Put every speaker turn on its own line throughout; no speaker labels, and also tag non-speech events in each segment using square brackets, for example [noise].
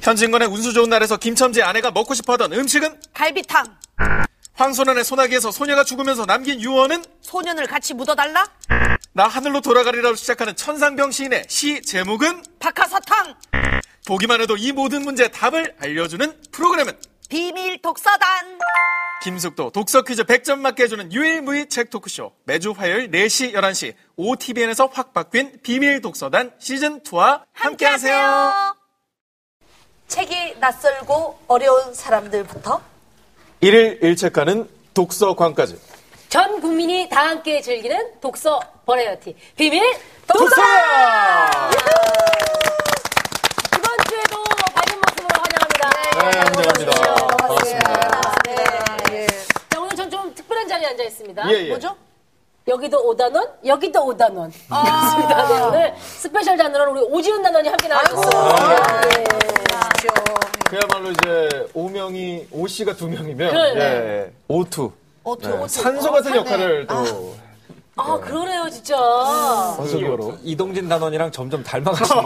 현진건의 운수 좋은 날에서 김첨지 아내가 먹고 싶어하던 음식은
갈비탕.
황소년의 소나기에서 소녀가 죽으면서 남긴 유언은
소년을 같이 묻어달라?
나 하늘로 돌아가리라로 시작하는 천상병 시인의 시 제목은
박하사탕.
보기만 해도 이 모든 문제 답을 알려주는 프로그램은
비밀 독서단.
김숙도 독서 퀴즈 100점 맞게 해주는 유일무이 책 토크쇼 매주 화요일 4시 11시 OTBN에서 확 바뀐 비밀 독서단 시즌2와 함께하세요
책이 낯설고 어려운 사람들부터
1일 1책가는 독서관까지
전 국민이 다 함께 즐기는 독서 버라이어티 비밀 독서 이번 주에도 밝은 모습으로 환영합니다.
네, 환영합니다. 반갑습니다.
네,
네.
자, 오늘 전 좀 특별한 자리에 앉아 있습니다.
예, 예.
뭐죠? 여기도 오단원, 여기도 오단원. 그렇습니다. 네, 오늘 스페셜 단원은 우리 오지훈 단원이 함께 나와주셨습니다. 예.
그야말로 이제 5명이, 5씨가 2명이면
그러네.
예, O2.
오토
산소 같은 역할을 또
아, 그러네요, 진짜.
선수로
이동진 단원이랑 점점
[laughs]
닮아가시네요.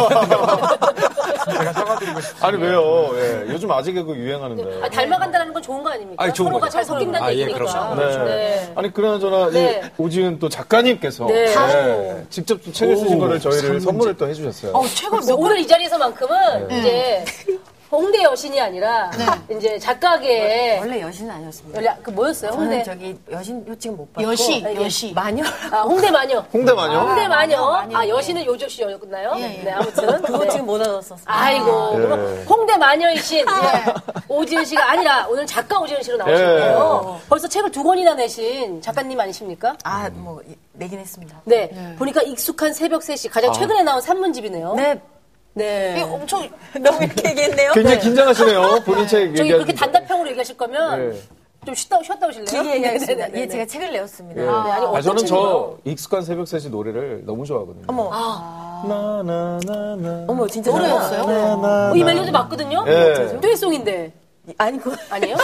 아니 왜요? 예, 요즘 아직 그 유행하는데.
아, 닮아간다는 건 좋은 거 아닙니까?
아니, 좋은
서로가
거죠.
잘 섞인다는
아, 예,
얘기니까.
그렇죠.
네.
네.
아니 그나저나
네.
이 오지은 또 작가님께서
네.
예, 직접 또 책을 쓰신 거를 저희를 선물을 또 해주셨어요.
최고
뭐,
뭐 오늘 이
네.
자리에서만큼은 네. 이제 홍대 여신이 아니라 이제 작가계에
원래 여신 아니었습니다.
원래 그 뭐였어요?
저는
홍대
저기 여신 요즘 못 받고
여시,
이게
여시.
마녀
아 홍대 마녀
홍대 마녀.
홍대 마녀
마녀,
아
예.
여신은 요조 씨였나요?
예, 예.
네 아무튼
그거
네.
지금 못 얻었었어요.
아이고
예.
그럼 홍대 마녀이신
아.
네. 오지은 씨가 아니라 오늘 작가 오지은 씨로
예.
나오셨네요. 벌써 책을 두 권이나 내신 작가님 아니십니까?
아뭐 예, 내긴 했습니다.
네, 보니까 익숙한 새벽 3시
아.
가장 최근에 나온 산문집이네요.
네
네.
엄청
[laughs] 너무 이렇게 얘기했네요.
굉장히 긴장하시네요. 본인 책
저기
얘기하는.
그렇게 단답형으로 얘기하실 거면
네.
좀 쉬다 쉬었다 오실래요?
길게 얘기하겠습니다.
네네네네.
예, 제가 책을 내었습니다.
예.
네, 아니,
아,
어떤
저는 저
책이요?
익숙한 새벽 3시 노래를 너무 좋아하거든요.
어머,
나나나나.
어머 진짜 노래
어려웠어요?
나나.
어, 이 멜로디 맞거든요?
예.
듀엣송인데
아니 그
아니에요?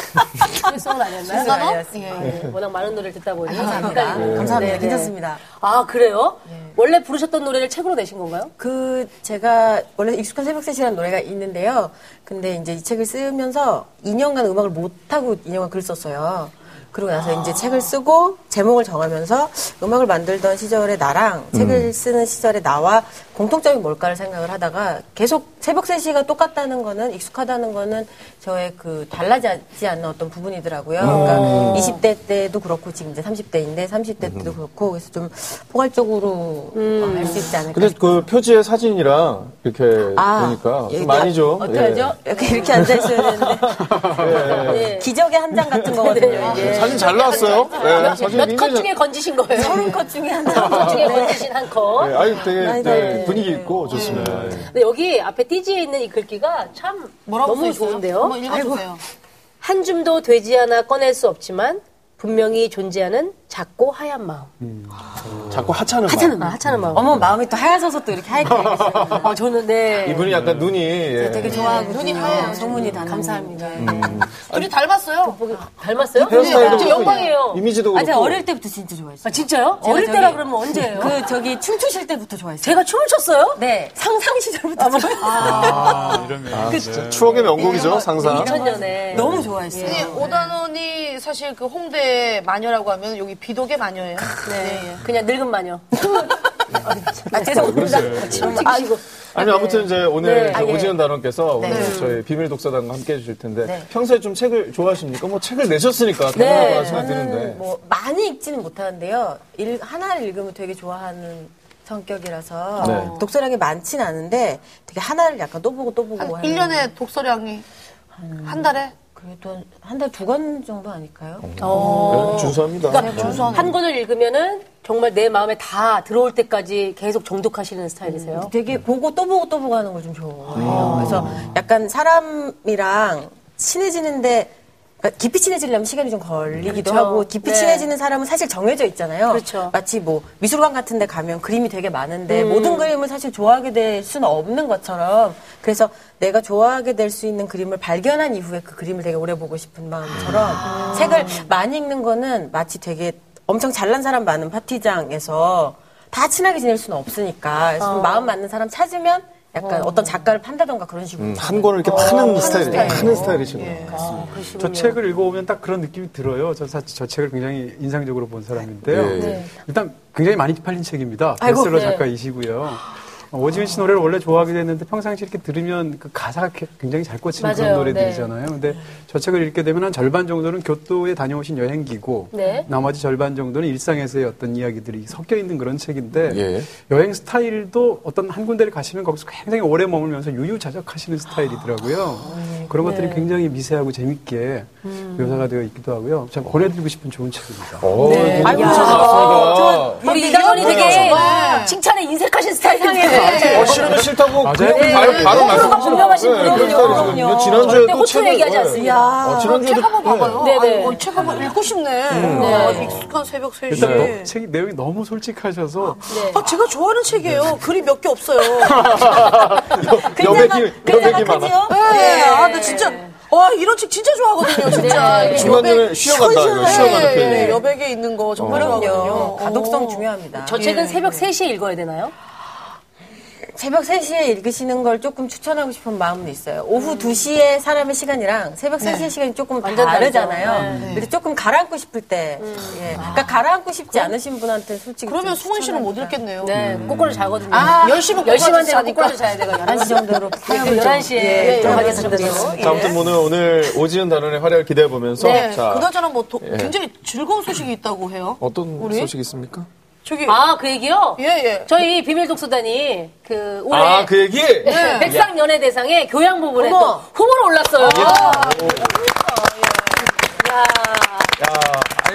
듀엣송은 아니었나요?
나눠?
네, 워낙 많은 노래를 듣다 보니
감사합니다.
예.
헷갈리고.
감사합니다.
네, 네.
괜찮습니다.
아 그래요? 원래 부르셨던 노래를 책으로 내신 건가요?
그 제가 원래 익숙한 새벽 3시라는 노래가 있는데요. 근데 이제 이 책을 쓰면서 2년간 음악을 못 하고 2년간 글을 썼어요. 그러고 나서
아.
이제 책을 쓰고 제목을 정하면서 음악을 만들던 시절의 나랑
음.
책을 쓰는 시절의 나와 공통점이 뭘까를 생각을 하다가 계속 새벽 3시가 똑같다는 거는 익숙하다는 거는 저의 그 달라지지 않는 어떤 부분이더라고요. 그러니까 20대 때도 그렇고 지금 이제 30대인데 30대
음.
때도 그렇고 그래서 좀 포괄적으로 알 수 있지 않을까
근데 그 표지에 사진이랑 이렇게
아,
보니까
예,
그러니까 좀 많이 좀.
어떡하죠?
이렇게, 이렇게 앉아 있어야
[laughs]
되는데
네.
기적의 한
[laughs]
장 같은 거거든요.
예.
이게
사진 잘 나왔어요. 예, 사진
몇 컷
굉장히
중에 건지신 거예요?
서른 컷 중에 한
컷 중에
장.
건지신 한 컷.
잘-
음.
예, 아니 되게
아니,
네,
네.
분위기 있고 좋습니다. 예.
근데 여기 앞에 띠지에 있는 이 글귀가 참 너무 좋은데요?
한번 뭐 읽어주세요.
한 줌도 되지 않아 꺼낼 수 없지만 분명히 존재하는 작고 하얀 마음.
자꾸 하찮은 말.
하찮은 마음, 하찮은 마음.
어머 마음이 또 하얘져서 또 이렇게 하얘게
[laughs]
되겠어요.
어, 저는 네.
아, 이분이 약간 눈이 예.
되게 좋아하고
눈이 하얘요.
소문이 네. 아, 다 감사합니다.
음.
둘이 닮았어요.
보기 닮았어요? 네,
헤어스타일도
저
그렇고
영광이에요.
이미지도
아 제가
그렇고.
어릴 때부터 진짜 좋아했어요.
아, 진짜요?
제가
어릴
저기-
때라 그러면 언제예요?
그 저기 춤추실 때부터 좋아했어요.
제가 춤을 췄어요?
네 상상 시절부터 좋아했어요.
추억의 명곡이죠,
아, 네.
상상. 네.
2000년에.
너무 좋아했어요.
근데 네, 오단원이 사실 그 홍대 마녀라고 하면 여기 비독의 마녀예요. 네.
그냥 네. 늙은 마녀.
아, 죄송합니다.
춤 찍으시고.
아니 아무튼 이제 오늘
네.
저
아, 예.
오지현 단원께서 오늘 저희 비밀 독서단과 함께 해주실 텐데
네.
평소에 좀 책을 좋아하십니까? 뭐 책을 내셨으니까 당연한
네.
거라 생각 드는데
저는 뭐 많이 읽지는 못하는데요. 일- 하나를 읽으면 되게 좋아하는 성격이라서
네.
독서량이 많진 않은데 되게 하나를 약간 또 보고 또 보고
한
하는
1년에 독서량이 한 달에
네.
그래도 한 달에 두 권 정도 아닐까요?
어.
네, 준수합니다.
그러니까 한 권을 읽으면은 정말 내 마음에 다 들어올 때까지 계속 정독하시는 스타일이세요?
음. 되게 보고 또 보고 또 보고 하는 걸 좀 좋아해요. 그래서 약간 사람이랑 친해지는데 그러니까 깊이 친해지려면 시간이 좀 걸리기도
그렇죠.
하고 깊이
네.
친해지는 사람은 사실 정해져 있잖아요.
그렇죠. 음.
마치 뭐 미술관 같은 데 가면 그림이 되게 많은데 모든 그림을 사실 좋아하게 될 수는 없는 것처럼 그래서 내가 좋아하게 될 수 있는 그림을 발견한 이후에 그 그림을 되게 오래 보고 싶은 마음처럼
아.
책을 많이 읽는 거는 마치 되게 엄청 잘난 사람 많은 파티장에서 다 친하게 지낼 수는 없으니까 그래서 좀 마음 맞는 사람 찾으면 약간 어. 떤 작가를 판다던가 그런 식으로.
어.
음, 한 권을 이렇게 파는 스타일, 파는 스타일이시구나.
저 책을 읽어보면 딱 그런 느낌이 들어요. 저 사실 저 책을 굉장히 인상적으로 본 사람인데요.
예, 예.
네.
일단 굉장히 많이 팔린 책입니다.
아이고,
베스트셀러
네.
작가이시고요. 어, 오지은 씨 노래를 원래 좋아하게 됐는데 평상시 이렇게 들으면 그 가사가 게- 굉장히 잘 꽂히는
맞아요. 네.
그런 노래들이잖아요. 근데 저 책을 읽게 되면 한 절반 정도는 교토에 다녀오신 여행기고
네.
나머지 절반 정도는 일상에서의 어떤 이야기들이 섞여 있는 그런 책인데
예.
여행 스타일도 어떤 한 군데를 가시면 거기서 굉장히 오래 머물면서 유유자적하시는 스타일이더라고요. 그런 것들이 굉장히 미세하고 재밌게 묘사가 되어 있기도 하고요. 제가 권해드리고 싶은 좋은 책입니다.
오,
아이고,
감사합니다.
어, 우리 이다원이 되게 칭찬에 인색하신 스타일인데.
어, 싫으면 싫다고.
맞아요.
그냥
바로-
네,
바로
네,
말씀
네,
분명하신
그런
분이군요. 어,
스타일이시거든요. 지난주에
절대
또
호투 얘기하지
네.
않습니다.
어, 지난주에도
책 한번 봐봐요.
네. 음. 네네.
아이고, 책 한번 읽고 싶네. 아, 익숙한 새벽 3시.
일단
뭐
너- 책이 내용이 너무 솔직하셔서
네. 아, 제가 좋아하는 책이에요. 글이 몇 개 없어요.
여백이, 여백이 많아.
네. 아, 나 진짜. 와, 이런 책 진짜 좋아하거든요, 진짜.
네.
이게
중간중간에
여백,
쉬어간다,
시원시원해.
쉬어가는 편이에요.
네, 여백에 있는 거 정말
그럼요. 어.
좋아하거든요.
가독성
오.
중요합니다.
저 책은 새벽 3시에 읽어야 되나요?
새벽 3시에 읽으시는 걸 조금 추천하고 싶은 마음은 있어요. 오후 2시에 사람의 시간이랑 새벽 3시의 시간이 조금
완전 다르죠.
다르잖아요. 그래서 조금 가라앉고 싶을 때. 예. 그러니까 가라앉고 싶지 않으신 분한테 솔직히.
그러면
좀
수원 씨는
뭐
못 읽겠네요.
네, 꼬꼬를 자거든요.
아, 10시면
10시만
꼬꼬라지
되면
자니까.
꼬꼬라지 자야 되거든요. 네,
11시 정도로
그럼 11시에 들어가겠습니다.
정도.
자, 아무튼 오늘, 오늘 오지은 단원의 활약을 기대해 보면서.
네.
자,
그나저나 뭐 도- 굉장히 즐거운 소식이 있다고 해요.
어떤
우리?
소식이 있습니까?
저기
아, 그 얘기요?
예, 예.
저희 비밀 독서단이 그 올해
아, 그 얘기?
네, 백상 연예 대상에 교양 부분에
어머.
또 후보로 올랐어요.
아니,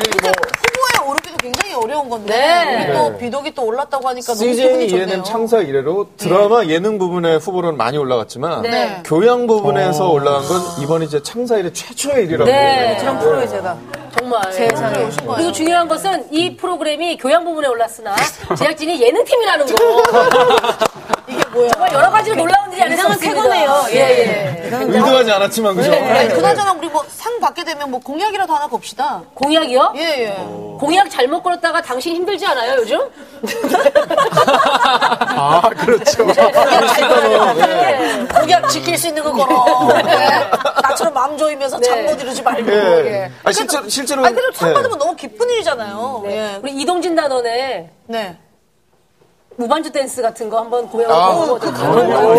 뭐,
후보에 오르기도 굉장히 어려운 건데
네.
우리 또 비독이 또 올랐다고 하니까 너무 기분이
CJ
좋네요.
ENM 창사 이래로 드라마 예능 부분의 후보로는 많이 올라갔지만.
예.
네.
교양 부분에서
어.
올라간 건 이번이 이제 창사 이래 최초의 일이라고.
네.
그래요.
그런 프로에 제가.
정말.
세상에.
그리고 중요한 것은 이 프로그램이 교양 부분에 올랐으나 제작진이 예능팀이라는 거. [laughs] 이게 뭐야? 정말 여러 가지로 놀라운 일이 아니라
쾌거네요.
예, 예.
의도하지 않았지만, 그죠?
네, 그나저나 우리 뭐 상 받게 되면 뭐 공약이라도 하나 겁시다.
공약이요?
예, 예.
공약 잘못 걸었다가 당신 힘들지 않아요, 요즘?
아 그렇죠.
예.
공약 지킬 수 있는 거 걸어. 네. 나처럼 마음 조이면서 잠 못 이루지 말고.
예.
예.
아, 실제로, 실제로.
아니, 그래도 상
예.
받으면 너무 기쁜 일이잖아요. 예.
우리 이동진 단원의
네.
무반주 댄스 같은 거 한번 공약을
아,
해보거든요.
오,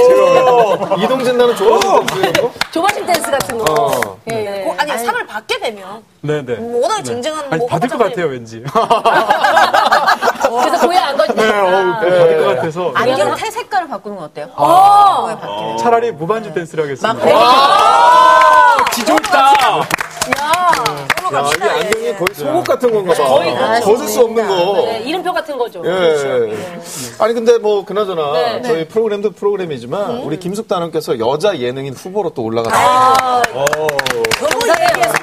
어! 이동진 나는 좋아하는 거
조바심 댄스 같은 거. 예, 예.
고- 아니, 상을 받게 되면.
네네.
워낙 쟁쟁한
아니
뭐
받을 것
화장실-
같아요 왠지. [laughs]
그래서 공약 안 거지.
네, 어우, 받을 것 같아서
안경 테 색깔을 바꾸는 거 어때요?
차라리 무반주 댄스를 하겠습니다.
지존다.
야, 이게
예,
안경이 거의 속옷 같은 건가 봐. 아, 벗을 수 없는 거.
네, 이름표 같은 거죠.
예. 아니 근데 뭐 그나저나
네. 음.
저희 프로그램도 프로그램이지만 우리 김숙 단원께서 여자 예능인 후보로 또 올라갔어요.
너무 얘기해서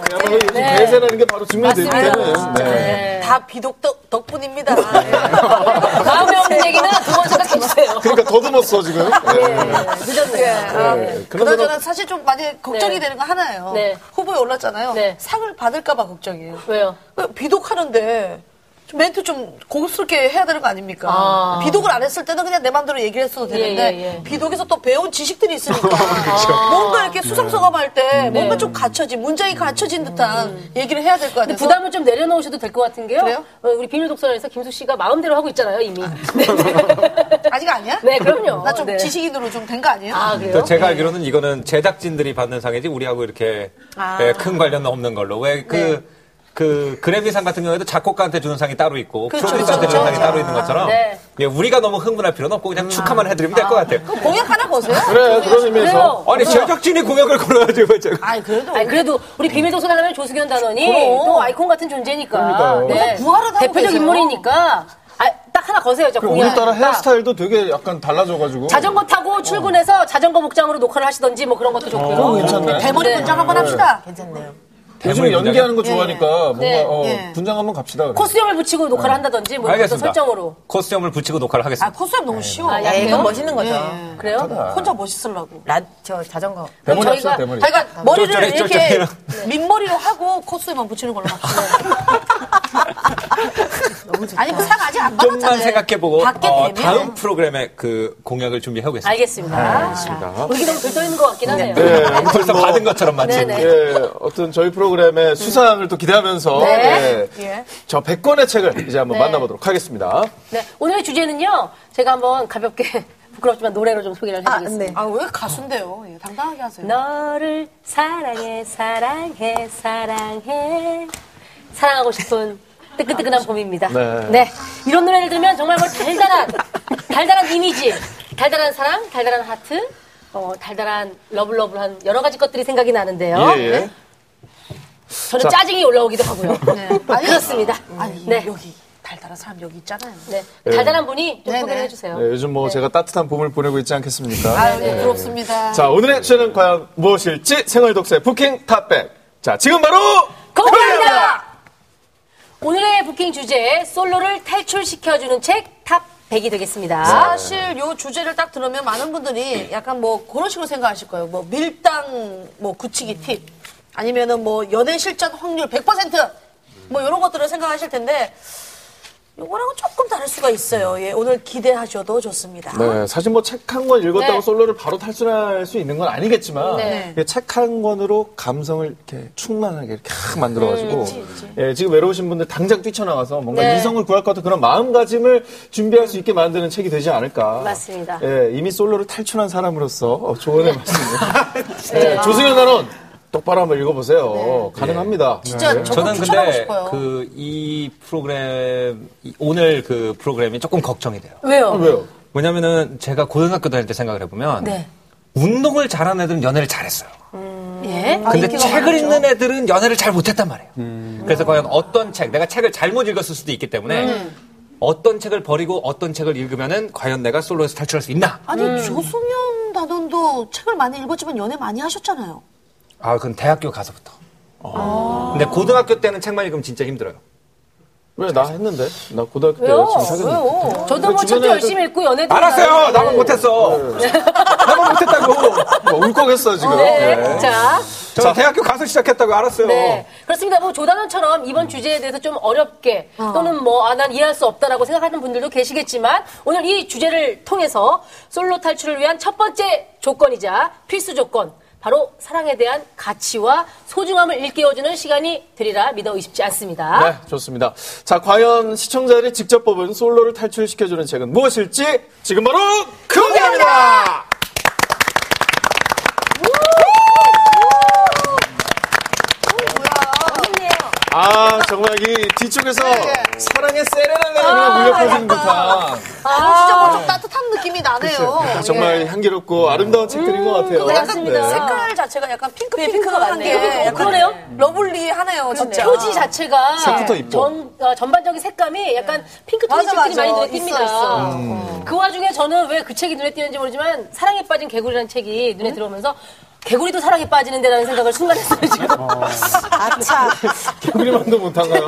그야말로 요즘 대세라는 게 바로 증명되기 때문에. 네.
다 비독 덕, 덕분입니다. 예. [laughs]
다음에 없는 얘기는 두 번 생각해주세요. 예.
그러니까 더듬었어 지금. 네.
그
늦었네요.
네.
그나저나
그나저나
사실 좀 많이 걱정이
네.
되는 거 하나예요.
네.
후보에 올랐잖아요.
네.
상을 받을까봐 걱정이에요.
왜요?
왜 비독하는데 좀 멘트 좀 고급스럽게 해야 되는 거 아닙니까?
아.
비독을 안 했을 때는 그냥 내 마음대로 얘기를 했어도 되는데
예, 예.
비독에서 또 배운 지식들이 있으니까 뭔가 이렇게 수상소감할 때
음.
뭔가 좀 갖춰진 문장이 갖춰진 듯한 얘기를 해야 될 것 같아요.
네. 근데 부담을 좀 내려놓으셔도 될 것 같은 게요.
그래요?
어, 우리 비밀 독서에서 김숙 씨가 마음대로 하고 있잖아요, 이미. 네, [laughs]
아직 아니야?
네, 그럼요.
나 좀
네.
지식인으로 좀 된 거 아니에요?
아, 그래요?
또 제가 알기로는 이거는 제작진들이 받는 상이지 우리하고 이렇게 예, 큰 관련은 없는 걸로. 왜 그 그 그래미상 같은 경우에도 작곡가한테 주는 상이 따로 있고
그렇죠,
프로듀서한테
그렇죠.
주는 상이 따로 있는 것처럼
네.
예, 우리가 너무 흥분할 필요는 없고 그냥 축하만 해드리면 될 것 같아요.
그럼 공약 하나 거세요?
그래 그런
그래요.
의미에서
아니 제작진이 공약을 걸어야지 왜 제가
아니 그래도
아니, 그래도 우리 비밀 독서 하면 조수견 단원이 또 아이콘 같은 존재니까. 네.
부활을 하고
대표적
계세요.
인물이니까. 아, 딱 하나 거세요, 저 공약.
오늘따라 헤어스타일도 되게 약간 달라져가지고.
자전거 타고 출근해서 자전거 복장으로 녹화를 하시던지 뭐 그런 것도 좋고요.
어, 괜찮네.
대머리 분장 한번 합시다.
요즘 연기하는 거 좋아하니까 뭔가
네.
어,
네.
분장 한번 갑시다. 그래.
코스염을 붙이고 녹화를 한다든지 뭐 이런
알겠습니다.
설정으로.
코스염을 붙이고 녹화를
아
하겠습니다.
코스염 너무 쉬워.
아,
네,
약간
이건 멋있는 거죠.
예.
그래요?
혼자 멋있으려고.
라, 저 자전거.
대머리 합시다
저희가-
대머리.
아, 그러니까 머리를
쫄쫄해,
이렇게
쫄쫄해요.
민머리로 하고 코스만 붙이는 걸로 합시다. 아니 그 상 아직 안
좀만
받았잖아요.
생각해보고
받게
어,
되면
다음 프로그램에 그 공약을 준비하겠습니다.
알겠습니다. 자, 우리 너무 들떠 있는 것 같긴 하네요.
네, 아무튼
벌써
뭐,
받은 것처럼 마치.
네네.
예, 어떤 저희 프로그램의 수상을 또 기대하면서
네.
예, 저 100권의 책을 이제 한번
네.
만나보도록 하겠습니다.
네, 오늘의 주제는요. 제가 한번 가볍게 [laughs] 부끄럽지만 노래로 좀 소개를 해드리겠습니다.
네.
아 왜 가수인데요? 예, 당당하게 하세요.
너를 사랑해 사랑해 사랑해 사랑하고 싶은 뜨끈뜨끈한 봄입니다.
네.
이런 노래를 들으면 정말 뭐 달달한 달달한 이미지, 달달한 사랑, 달달한 하트, 어, 달달한 러블러블한 여러 가지 것들이 생각이 나는데요.
예, 예.
네. 저는
자.
짜증이 올라오기도 하고요.
아니,
그렇습니다.
아니
네.
여기 달달한 사람 여기 있잖아요.
네. 달달한 분이 좀
네,
소개를
네.
해주세요.
네,
예.
요즘 뭐 제가 따뜻한 봄을 보내고 있지 않겠습니까?
네.
아유 네. 부럽습니다.
자, 오늘의 주제는 과연 무엇일지 생활독서의 부킹 탑백. 자, 지금 바로
공개합니다! 오늘의 부킹 주제, 솔로를 탈출시켜주는 책 탑 100이 되겠습니다.
사실 요 주제를 딱 들으면 많은 분들이 약간 뭐 그런 식으로 생각하실 거예요. 뭐 밀당 뭐 굳히기 팁 아니면은 뭐 연애 실전 확률 100%뭐 이런 것들을 생각하실 텐데 요거랑은 조금 다를 수가 있어요. 예, 오늘 기대하셔도 좋습니다.
네, 사실 뭐 책 한 권 읽었다고
네.
솔로를 바로 탈출할 수 있는 건 아니겠지만 예,
네.
책 한 권으로 감성을 이렇게 충만하게 이렇게 캬 만들어가지고 예, 지금 외로우신 분들 당장 뛰쳐나가서 뭔가
네.
이성을 구할 것 같은 그런 마음가짐을 준비할 수 있게 만드는 책이 되지 않을까.
네,
맞습니다.
예, 이미 솔로를 탈출한 사람으로서
[laughs]
어, 조언의 말씀입니다. 예, 조승현 단원 똑바로 한번 읽어보세요.
네.
가능합니다.
진짜 저는
네. 저는
추천하고
근데
싶어요.
그 이 프로그램 이- 오늘 그 프로그램이 조금 걱정이 돼요.
아,
왜요?
왜요?
왜냐면은 제가 고등학교 다닐 때 생각을 해보면
네.
운동을 잘하는 애들은 연애를 잘했어요.
음.
예.
아,
근데 책을 읽는 애들은 연애를 잘 못했단 말이에요. 그래서 과연 어떤 책, 내가 책을 잘못 읽었을 수도 있기 때문에
음.
어떤 책을 버리고 어떤 책을 읽으면은 과연 내가 솔로에서 탈출할 수 있나?
아니 조수면 단원도 책을 많이 읽었지만 연애 많이 하셨잖아요.
아, 그건 대학교 가서부터.
아.
근데 고등학교 때는 책만 읽으면 진짜 힘들어요.
왜 나 했는데? 나 고등학교 때
왜요?
여자친구 사귀었는데.
저도 뭐
주변에
책도
또-
열심히 읽고 연애도
그 알았어요!
잘하고.
나만 못했어! 나만 못했다고!
뭐 울컥했어 지금.
네.
네.
자,
저 대학교 가서 시작했다고 알았어요. 음.
네. 그렇습니다. 뭐 조단원처럼 이번 주제에 대해서 좀 어렵게 또는 뭐, 아, 난 이해할 수 없다라고 생각하는 분들도 계시겠지만 오늘 이 주제를 통해서 솔로 탈출을 위한 첫 번째 조건이자 필수 조건. 바로 사랑에 대한 가치와 소중함을 일깨워주는 시간이 되리라 믿어 의심치 않습니다.
네, 좋습니다. 자, 과연 시청자들이 직접 뽑은 솔로를 탈출시켜주는 책은 무엇일지 지금 바로 공개합니다. 아, 정말 이 뒤쪽에서 사랑의 세레나가 물려 퍼지는 듯한
아, 진짜 뭐좀 따뜻한 느낌이 나네요.
정말 향기롭고 아름다운 책들인 것 같아요.
그 약간
네.
색깔 자체가 약간 핑크
네,
핑크가
핑크가
한
많네.
게
핑크, 어,
약간
그러네요.
러블리하네요 진짜.
표지 자체가
색부터 이뻐.
전, 반적인 색감이 약간 핑크톤의
맞아,
책들이 많이
맞아.
눈에 띕니다.
있어, 있어.
그 와중에 저는 왜 그 책이 눈에 띄는지 모르지만 사랑에 빠진 개구리라는 책이 눈에 들어오면서 개구리도 사랑에 빠지는데라는 생각을 순간 했어요 지금.
아차.
개구리만도 못한가요?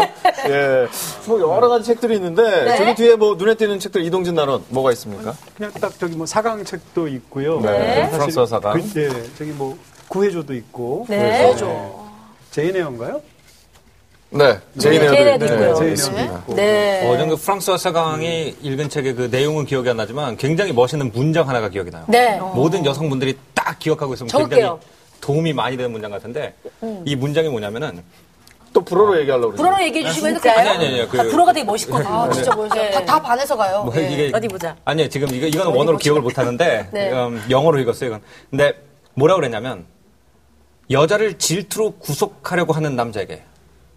예. 뭐 여러 가지 책들이 있는데 저기 뒤에 뭐 눈에 띄는 책들 이동진 나론 뭐가 있습니까?
그냥 딱 저기 뭐 사강 책도 있고요.
네.
사실
프랑스어 사강.
그, 네, 저기 뭐 구해줘도 있고.
네.
제이네어인가요?
네. 제인의
제인의
애들.
애들 있고요.
네,
제이네어도
있습니다.
있고.
네. 음.
어, 저는 그 프랑스와 사강이 읽은 책의 그 내용은 기억이 안 나지만 굉장히 멋있는 문장 하나가 기억이 나요.
네.
모든 여성분들이 딱 기억하고 있으면
적을게요. 음.
굉장히 도움이 많이 되는 문장 같은데 이 문장이 뭐냐면은
또 불어로 얘기하려고 그러죠.
불어로 얘기해 주시면 될까요?
아니, 아니, 아니요. 그-
아, 불어가 되게 멋있거든요.
진짜 멋있어요. 다, 다 반해서 가요. 네.
뭐 이게
예, 어디 보자.
아니요 지금 이거 이거는 원어로 기억을 못 하는데
[laughs]
네.
음, 영어로 읽었어요. 이건. 근데 뭐라 그랬냐면 여자를 질투로 구속하려고 하는 남자에게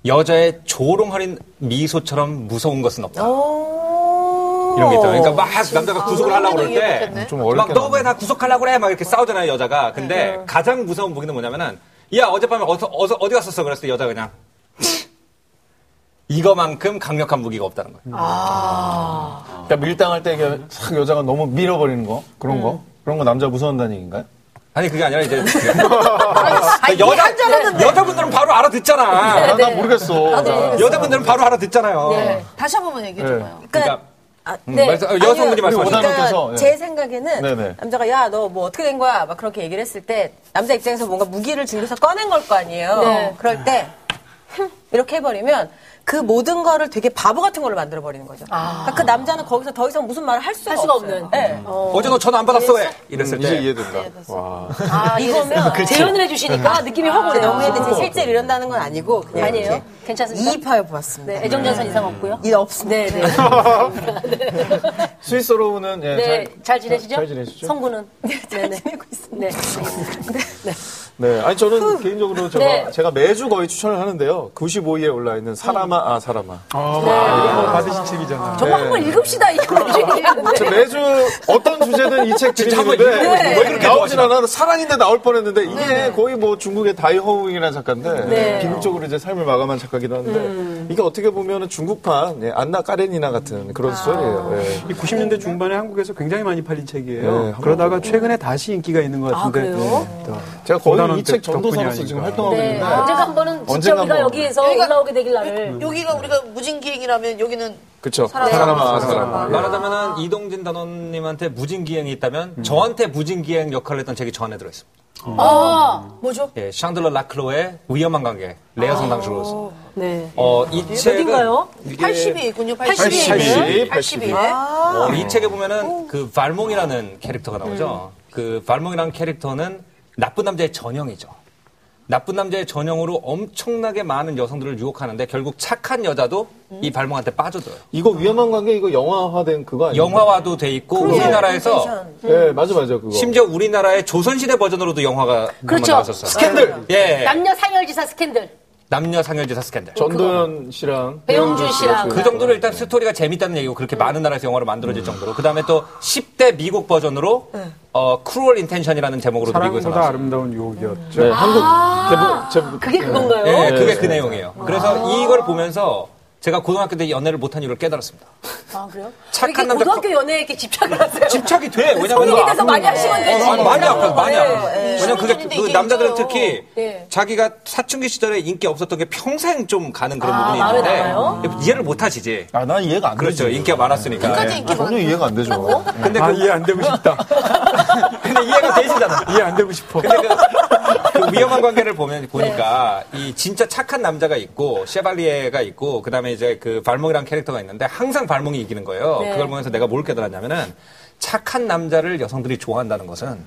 여자의 조롱하린 미소처럼 무서운 것은 없다. 이런 게 있다. 그러니까 막 남자가 구속을
아,
하려고 그럴 때,
좀
막
어렵게
너 왜 나 구속하려고 그래? 막 이렇게 싸우잖아요, 여자가. 근데
네.
가장 무서운 무기는 뭐냐면은, 야, 어젯밤에 어서, 어서, 어디 갔었어? 그랬을 때 여자 그냥, [laughs] 이거만큼 강력한 무기가 없다는 거예요.
그러니까 밀당할 때 이게 싹 여자가 너무 밀어버리는 거 그런 거
음.
그런 거 남자 무서운다는 얘기인가요?
아니, 그게 아니라 이제. 여자, 여자분들은 바로
아,
네. 알아듣잖아.
나 모르겠어. 나.
여자분들은 바로 알아듣잖아요.
다시 한 번만 얘기해 줘봐요.
그러니까
그러니까,
아,
음, 말씀- 아, 여성분이
아니요.
말씀하셨죠.
그러니까
오다노께서, 예.
제 생각에는
네네.
남자가 야 너 뭐 어떻게 된 거야 막 그렇게 얘기를 했을 때 [laughs] 남자 입장에서 뭔가 무기를 증거서 꺼낸 걸 거 아니에요.
네.
그럴 때 이렇게 해버리면 그 모든 거를 되게 바보 같은 걸로 만들어 버리는 거죠. 그러니까 그 남자는 거기서 더 이상 무슨 말을 할 수가,
할 수가
없어요.
없는.
네.
어제 너 전화 안 받았어 왜? 이랬을
이제
때
이해된다. 와.
아,
그
그
이거면 재연을 해주시니까 느낌이 확
근데
오네요.
너무 했는데 실제로 이런다는 건 아니고
예.
그냥
아니에요?
이렇게
괜찮습니까?
이입하여 보았습니다.
네, 애정전선 이상 없고요.
이 없습니다.
네, 네.
스위스로우는 예,
네,
잘,
잘 지내시죠?
잘 지내시죠?
성구는? 네, 네. 네, 알겠습니다. 네.
네. 아니 저는 개인적으로 제가
네.
제가 매주 거의 추천을 하는데요. 95위에 올라 있는
음.
사람아 아 사람아.
이거 받으신 책이잖아요.
정말 한 번 읽읍시다, 이거.
저 매주 어떤 주제든 이 책
진짜 한번
드리는데
읽어보세요. 네.
왜 그렇게 나오진
좋아하시나?
않아 사랑인데 나올 뻔했는데 이게 거의 뭐 중국의 다이허우잉이라는 작가인데
네.
비극적으로 이제 삶을 마감한 작가기도 한데
음.
이게 어떻게 보면 은 중국판 예, 안나 까레니나 같은
아.
그런 스토리예요. 예.
이 90년대 중반에 한국에서 굉장히 많이 팔린 책이에요.
네, 한
그러다가 최근에 다시 인기가 있는 것 같은데. 네. 또
제가
고단원
거의 이 책
덕분이
전도사로서 지금
아닌가.
활동하고
네,
있는데
언젠가 한 번은 진짜
언젠가
우리가 그
한번.
여기에서
여기가-
올라오게 되길 나를.
여기가 우리가 무진기행이라면 여기는
그쵸
사람아,
사람아
사람아.
사람아
말하자면 이동진 단원님한테 무진기행이 있다면
음.
저한테 무진기행 역할을 했던 책이 저 안에 들어있습니다.
아 뭐죠?
예, 샹들러 라클로의 위험한 관계 레어 성당 주로스.
네.
어, 이 책은
어딘가요?
80이 있군요. 80이.
82,
82.
어,
아.
이 책에 보면은 그 발몽이라는 캐릭터가 나오죠.
음.
그 발몽이라는 캐릭터는 나쁜 남자의 전형이죠. 나쁜 남자의 전형으로 엄청나게 많은 여성들을 유혹하는데 결국 착한 여자도 이
음.
발몽한테 빠져들어요.
이거 위험한 관계 이거 영화화된 그거
음.
아니에요?
영화화도 돼 있고 우리나라에서
음.
텐션.
예 맞아 맞아 그거
심지어 우리나라의 조선시대 버전으로도 영화가 한번
그렇죠.
나왔었어요.
스캔들
예,
그 남녀 상열지사 스캔들.
남녀 상여지사 스캔들.
전도연 씨랑
배용준 씨랑.
그 정도로 일단 스토리가 재밌다는 얘기고 그렇게 많은 나라에서 영화로 만들어질 정도로 그 다음에 또 10대 미국 버전으로
네.
어 크루얼 인텐션이라는 제목으로도 미국에서
사랑보다
나왔어요.
아름다운 유혹이었죠.
네, 한국 개봉 제
그게 어? 그건가요?
예, 그게 그 내용이에요. 그래서
아.
이걸 보면서 제가 고등학교 때 연애를 못한 이유를 깨달았습니다.
아, 그래요?
착한
이게
남자
고등학교 연애에 이렇게 집착을 하세요.
집착이 돼. 왜냐면
성인이 돼서 많이 하시면 되지.
어, 많이 아파, 많이
네.
아파. 왜냐면 그게
성인인데
그
이게
남자들은
있어요.
특히
네.
자기가 사춘기 시절에 인기 없었던 게 평생 좀 가는 그런
아, 마음에
부분이
남아요?
있는데 이해를 못 하시지.
아난 이해가 안
그렇죠.
되지.
인기가 많았으니까.
끝까지 인기 많아.
전혀 이해가 안 되죠.
근데
아,
그
이해 안 되고 싶다.
근데 이해가 되시잖아.
이해 안 되고 싶어.
근데 그, 그 위험한 관계를 보면 보니까 이 진짜 착한 남자가 있고 셰발리에가 있고 그다음에 이제 그 발몽이라는 캐릭터가 있는데 항상 발몽이 이기는 거예요.
네.
그걸 보면서 내가 뭘 깨달았냐면은 착한 남자를 여성들이 좋아한다는 것은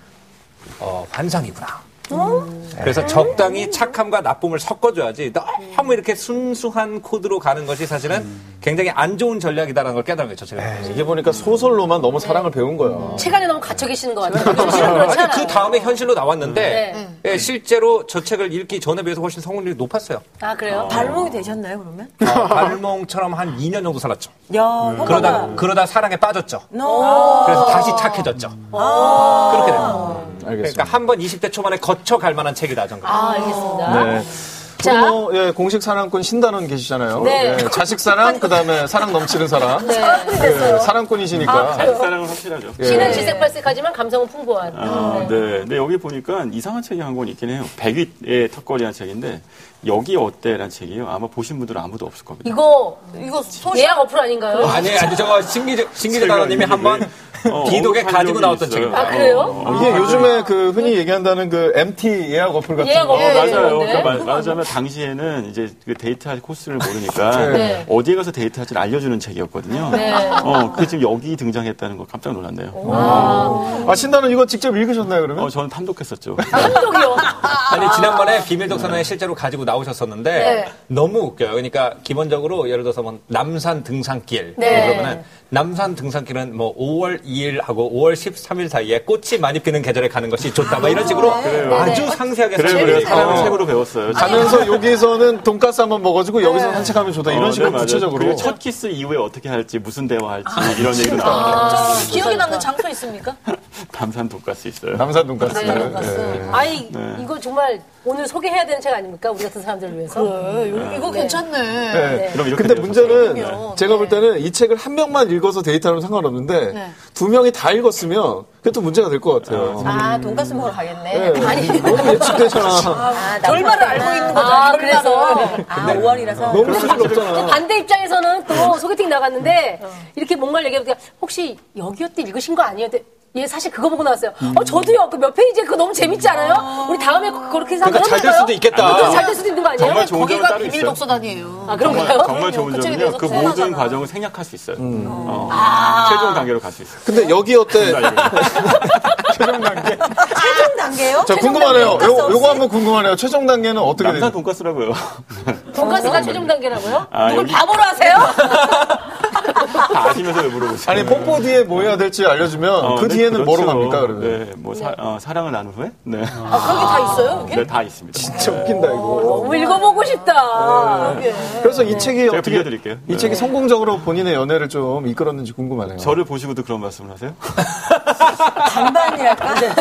어, 환상이구나.
어?
그래서
네.
적당히 착함과 나쁨을 섞어줘야지 너무 이렇게 순수한 코드로 가는 것이 사실은 굉장히 안 좋은 전략이다라는 걸 깨달은 거죠. 제가.
네.
네, 이게 보니까 소설로만 너무 사랑을 배운 거야.
시간에 너무 갇혀 계시는 것 같아요. 사실은 그렇지
아니,
않아요.
그 다음에 현실로 나왔는데
네.
예, 실제로 저 책을 읽기 전에 비해서 훨씬 성공률이 높았어요.
아, 그래요?
발목이 되셨나요 그러면?
어, 발몽처럼 한 2년 정도 살았죠.
야,
네, 그러다
호감아.
그러다 사랑에 빠졌죠.
너.
그래서 다시 착해졌죠. 그렇게 돼요. 그러니까
알겠습니다.
한 번 20대 초반에 거쳐 갈 만한 책이다 정도.
아, 알겠습니다.
네.
자.
그리고 뭐, 예, 공식 사랑꾼 신단원 계시잖아요.
네.
예, 자식 사랑, 그 다음에 사랑 넘치는 사람. 예, 사랑꾼이시니까. 예.
사랑은 확실하죠.
신은 질색발색하지만 감성은 풍부한.
아,
네.
네. 근데 여기 보니까 이상한 책이 한 권 있긴 해요. 백위의 턱걸이라는 책인데 여기 어때라는 책이에요. 아마 보신 분들은 아무도 없을 겁니다.
이거
이거 소식
예약 어플 아닌가요?
아니에요, 아니 저거 신기재 신기재 단원님이 한번
어,
비독에 가지고 나왔던 책입니다.
아, 그래요?
이게 요즘에 그 흔히 얘기한다는 그 MT 예약 어플 같은
예약
거.
어플.
어, 맞아요.
그런데?
그러니까 말- 말하자면 당시에는 이제 그 데이트할 코스를 모르니까
네.
어디에 가서 데이트할지를 알려주는 책이었거든요.
네.
어, 그 지금 여기 등장했다는 거 깜짝 놀랐네요.
아, 신단원 이거 직접 읽으셨나요, 그러면?
어, 저는 탐독했었죠.
아, 한독이요.
아니 지난번에 비밀 독서는 실제로 가지고 나오셨었는데
네.
너무 웃겨요. 그러니까 기본적으로 예를 들어서 뭐 남산 등산길
네.
그러면은 남산 등산길은 뭐 5월 2일하고 5월 13일 사이에 꽃이 많이 피는 계절에 가는 것이 좋다. 막 이런 식으로 아주 상세하게
그래요,
설명을
그래요.
해서
사람을 책으로 배웠어요.
가면서 여기서는 돈가스 한번 먹어주고 여기서 산책하면 좋다. 이런
어,
식으로
네, 맞아요.
구체적으로.
그리고 첫 키스 이후에 어떻게 할지, 무슨 대화할지 이런 얘기도 나와요.
저 기억에 남는 장소 있습니까?
[laughs] 담산 돈가스 있어요.
남산 돈가스.
네. 아이, 이거 정말 오늘 소개해야 되는 책 아닙니까? 우리 같은 사람들을 위해서.
네, 이거 괜찮네.
네.
그럼 이렇게
근데
되어서 네.
문제는
그럼요.
제가
네.
볼 때는 이 책을 한 명만 읽어서 데이트하면 상관없는데 두 명이 다 읽었으면 그게 또 문제가 될 것 같아요.
아, 돈가스 먹으러 가겠네.
네. 너무 예측되잖아.
아, 결말을 알고 있는 거죠.
아, 그래서.
아, 5월이라서.
너무 수준
근데
없잖아.
반대 입장에서는 또 소개팅 나갔는데 이렇게 뭔가를 얘기해보니까 혹시 여기였대 읽으신 거 아니었대? 예, 사실 그거 보고 나왔어요. 어, 저도요. 그 몇 페이지에 그거 너무 재밌지 않아요? 우리 다음에 그- 그렇게 해서
그러니까
한번
잘될
해볼까요? 아,
수도 있겠다.
그것도 잘될 수도 있는 거 아니에요?
정말 좋은 점은
거기가
따로
비밀
있어요.
독서단이에요.
아,
정말,
그런가요?
정말 좋은
그쪽에
점은요.
대해서 아.
그
생각하잖아.
모든 과정을 생략할 수 있어요. 어, 최종 단계로 갈 수 있어요.
음. 근데 여기 어때?
최종 단계예요?
자, 궁금하네요. 요, 요거 한번 궁금하네요. 최종 단계는 어떻게
남산
되죠?
돈가스라고요.
돈가스가 최종 단계라고요?
아, 여기
바보로 하세요?
다 아시면서 왜 물어보세요?
아니, 뽀뽀 뒤에 뭐 해야 될지 알려주면
어,
그
네,
뒤에는 뭐로
그렇죠.
갑니까, 그러면?
네, 뭐 사, 어, 사랑을 나눈 후에? 네.
아, 그런 게 다 있어요, 이게?
네, 다
[laughs]
있습니다.
진짜 웃긴다, 이거.
너무 뭐 읽어보고 싶다.
네.
그래서 이 책이
제가
어떻게
빌려드릴게요.
이
네.
책이 성공적으로 본인의 연애를 좀 이끌었는지 궁금하네요.
저를 보시고도 그런 말씀을 하세요?
반반이랄까?
네.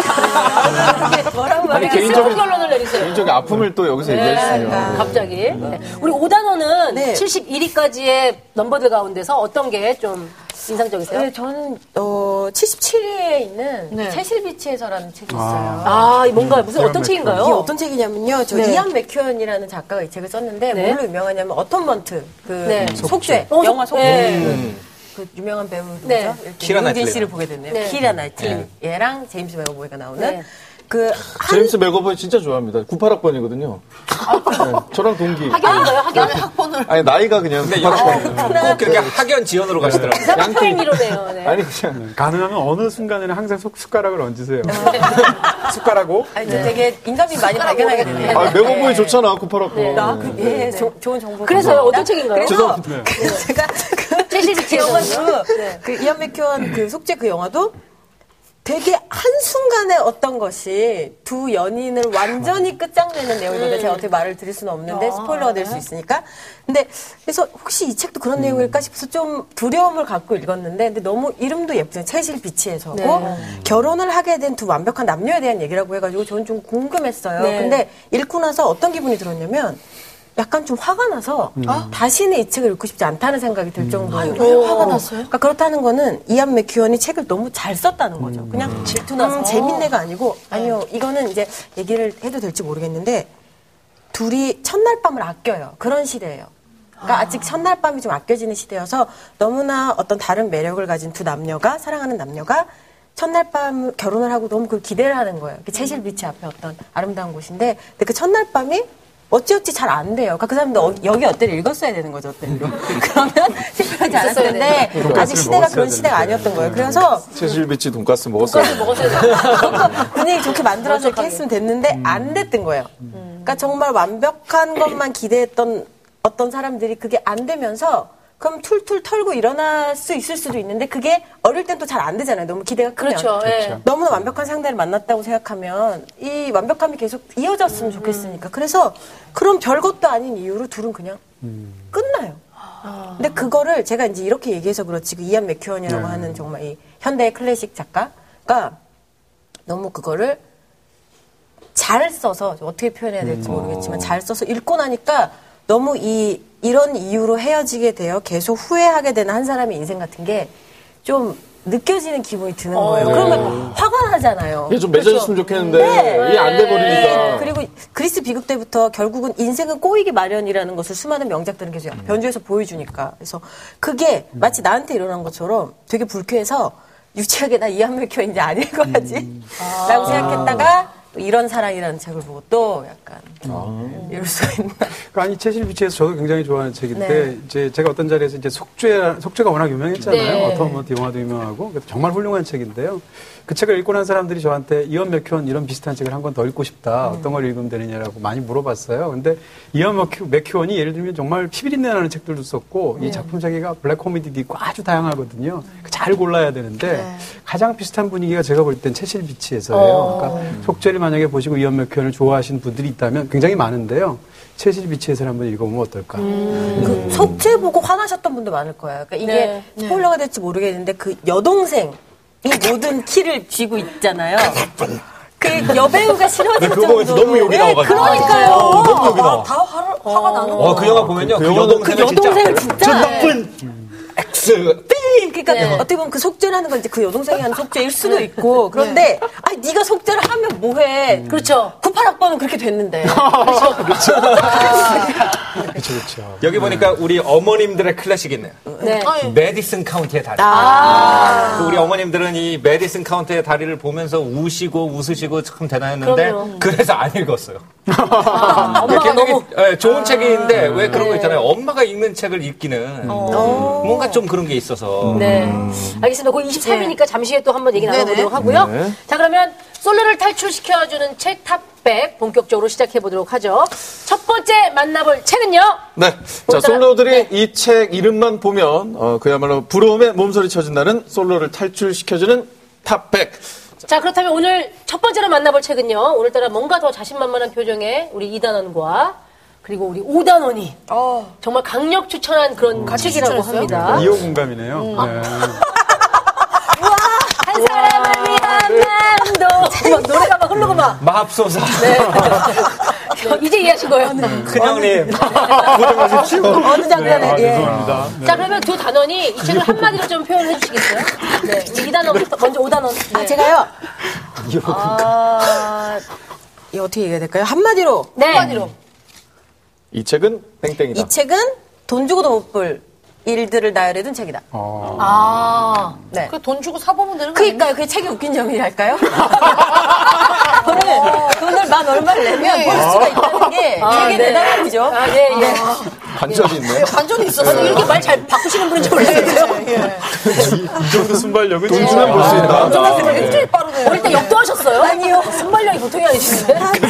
아,
뭐라고 말해?
개인적인-
슬픈 아, 결론을 내리세요.
개인적인 아픔을 또 여기서 얘기했으면
갑자기. 네. 우리 오단원은
네.
71위까지의 넘버들 가운데서 어떤 게 좀 인상적이세요?
네, 저는 어, 77위에 있는
네.
채실비치에서라는 책이 있어요.
아, 뭔가 무슨 어떤 책인가요?
이게 어떤 책이냐면요. 저
네.
이안 맥큐언이라는 작가가 이 책을 썼는데
네.
뭘로 유명하냐면 어터먼트 그
네.
속죄
어,
영화 속죄
네.
그 유명한 배우 누구죠?
네.
이렇게
키라
유진
나이틀리.
씨를 보게 됐네요.
네.
키라 나이틀리 얘랑 제임스 맥어보이가 나오는
네.
그
제임스 맥어버이 진짜 좋아합니다. 98학번이거든요. 네, 저랑 동기.
학연인가요? 학연?
학번을.
아니 나이가 그냥
근데
98학번.
요즘 꼭 그렇게 학연 지연으로 가시더라고요.
사랑팔미로네요. 네.
아니 그냥
가능하면 어느 순간에는 항상 숟- 숟가락을 얹으세요. 숟가락고
아니,
네.
저 되게 인간미 많이 발견하게 되네요.
아, 맥어버이 좋잖아 98학번.
아, 그, 예, 조- 좋은 정보.
그래서요, 어떤 책인가요?
[laughs] 그래서 제가 그
채실비치
영화도 그 이안 맥큐언 그 속죄 그 영화도 되게 한순간에 어떤 것이 두 연인을 완전히 끝장내는 내용인데 제가 어떻게 말을 드릴 수는 없는데 스포일러가 될 수 있으니까 근데 그래서 혹시 이 책도 그런 내용일까 싶어서 좀 두려움을 갖고 읽었는데 근데 너무 이름도 예쁘죠 채실 비치에서고 결혼을 하게 된 두 완벽한 남녀에 대한 얘기라고 해가지고 저는 좀 궁금했어요
네.
근데 읽고 나서 어떤 기분이 들었냐면 약간 좀 화가 나서 아, 다시는 이 책을 읽고 싶지 않다는 생각이 들 정도로
화가 났어요?
그러니까 그렇다는 거는 이안 맥큐언이 책을 너무 잘 썼다는 거죠. 그냥 질투나서 재밌네가 아니고 아니요 이거는 이제 얘기를 해도 될지 모르겠는데 둘이 첫날 밤을 아껴요. 그런 시대예요. 그러니까 아직 첫날 밤이 좀 아껴지는 시대여서 너무나 어떤 다른 매력을 가진 두 남녀가 사랑하는 남녀가 첫날 밤 결혼을 하고 너무 그걸 기대를 하는 거예요. 그 체실 비치 앞에 어떤 아름다운 곳인데 근데 그 첫날 밤이 어찌어찌 잘 안 돼요. 그러니까 그 사람도 어- 여기 어때를 [laughs] 읽었어야 되는 거죠, 어때로. 그러면 실패하지 않았을 텐데 아직 시대가 그런 시대가 아니었던 거예요. 그래서
체실비치 돈가스
그러니까.
먹었어요.
[laughs] 분위기 좋게 만들어서 이렇게 했으면 됐는데
음.
안 됐던 거예요. 그러니까 정말 완벽한 것만 기대했던 어떤 사람들이 그게 안 되면서 그럼 툴툴 털고 일어날 수 있을 수도 있는데 그게 어릴 땐 또 잘 안 되잖아요. 너무 기대가 크면.
그렇죠, 예.
너무나 완벽한 상대를 만났다고 생각하면 이 완벽함이 계속 이어졌으면
음.
좋겠으니까. 그래서 그런 별것도 아닌 이유로 둘은 그냥
음.
끝나요.
아.
근데 그거를 제가 이제 이렇게 얘기해서 그렇지 그 이안
네.
맥큐언이라고 하는 정말 이 현대의 클래식 작가가 너무 그거를 잘 써서 어떻게 표현해야 될지
음.
모르겠지만
어.
잘 써서 읽고 나니까 너무 이 이런 이유로 헤어지게 되어 계속 후회하게 되는 한 사람의 인생 같은 게 좀 느껴지는 기분이 드는 거예요. 그러면 화가 나잖아요.
네. 이게 좀 맺어졌으면
그렇죠.
좋겠는데
네.
이게 안 돼버리니까.
네. 그리고 그리스 비극 때부터 결국은 인생은 꼬이기 마련이라는 것을 수많은 명작들은 계속
음.
변주해서 보여주니까. 그래서 그게 마치 나한테 일어난 것처럼 되게 불쾌해서 유치하게 나 이한맥혀 이제 안 읽어야지.
음.
[laughs] 라고
아.
생각했다가 또 이런 사랑이라는 책을 보고 또 약간
음.
이럴 수가 있나.
그러니까 아니 체실 비치에서 저도 굉장히 좋아하는 책인데
네.
이제 제가 어떤 자리에서 이제 속죄 속죄가 워낙 유명했잖아요.
네.
어터먼트 영화도 유명하고 그래서 정말 훌륭한 책인데요. 그 책을 읽고 난 사람들이 저한테 이언 맥큐언 이런 비슷한 책을 한 권 더 읽고 싶다. 어떤 걸 읽으면 되느냐라고 많이 물어봤어요. 근데 이언 맥큐, 맥큐언이 예를 들면 정말 피비린내라는 책들도 썼고 이 작품 자기가 블랙 코미디도 있고 아주 다양하거든요. 잘 골라야 되는데 가장 비슷한 분위기가 제가 볼 땐 체실 비치에서예요. 그러니까 속죄를 만약에 보시고 이언 맥큐언을 좋아하신 분들이 있다면 굉장히 많은데요. 체실 비치에서 한번 읽어보면 어떨까?
음.
그 속죄 보고 화나셨던 분도 많을 거예요. 그러니까 이게
네.
스포일러가 될지 모르겠는데 그 여동생이
아,
모든 키를 쥐고 있잖아요. 그 여배우가 싫어하는
네, 그거 보면서 너무 욕이 나와가지고. 아,
그러니까요. 아,
너무 욕이 나와.
다 화를, 화가 나는
어, 그 영화 보면요. 그, 여동생을 진짜. 네.
여동생을 진짜.
저 나쁜 X.
삥!
네.
그러니까 어떻게 보면 그 속죄라는 건 이제 그 여동생이 하는 속죄일 수도 있고 그런데 아 네가 속죄를 하면
음.
뭐해.
그렇죠.
98학번은
[laughs]
그렇게 됐는데.
그렇죠, 그렇죠.
여기 보니까 우리 어머님들의 클래식이 있네요. 음.
네. 아.
메디슨 카운티의 다리. 그 우리 어머님들은 이 메디슨 카운티의 다리를 보면서 우시고 웃으시고 참 대단했는데
그럼요. 음. 아,
그래서안 읽었어요.
엄마가 아. 네.
굉장히
너무
예, 좋은 책인데 왜 그런 거 있잖아요. 엄마가 읽는 책을 읽기는 뭔가 좀 그런 게 있어서
어. 네. 알겠습니다. 그 23위니까 잠시 후에 또 한번 얘기 나눠보도록 하고요.
네.
자, 그러면 솔로를 탈출시켜주는 책 탑백 본격적으로 시작해보도록 하죠. 첫 번째 만나볼 책은요.
네.
네.
자, 솔로들이 이 책 이름만 보면, 어, 그야말로 부러움에 몸소리 쳐준다는 솔로를 탈출시켜주는 탑백.
자, 그렇다면 오늘 첫 번째로 만나볼 책은요. 오늘따라 뭔가 더 자신만만한 표정의 우리 이단원과 그리고 우리 오단원이
아,
정말 강력 음, 추천한 그런 책이라고 합니다. 음.
이호 공감이네요. 네.
한 사람을 위한 마음도 노래가 막 흐르고 막
마합소사 [laughs]
네, 이제 이해하신 거예요?
큰형님
어느 장면에.
네.
예.
아,
죄송합니다.
자 그러면 두 단원이 이 책을 한마디로 좀 표현해 주시겠어요? 네, 우리 이 단원부터 먼저 오 단원. 네.
아, 제가요. 아, 이 어떻게 얘기해야 될까요? 한마디로.
네. 한마디로.
이 책은 땡땡이다.
이 책은 돈 주고도 못 볼 일들을 나열해 둔 책이다.
어. 아.
네.
그 돈 주고 사보면 되는 거 아니에요?
그니까요. 그게 책이
[laughs]
웃긴 점이랄까요? 돈을, 돈을 만 얼마를 내면 볼
아.
수가 있다는 게 되게
네.
대단한 거죠.
아, 예, 예.
반전이 있네.
반전이 네. 있어서 이렇게 말 잘 바꾸시는 분인지 몰랐어요.
이 정도 순발력은
돈
그 진짜-
주면 볼 수 있다.
굉장히 빠르네요.
어릴 때 역도하셨어요? 아니요. 순발력이 보통이 아니신데.
네.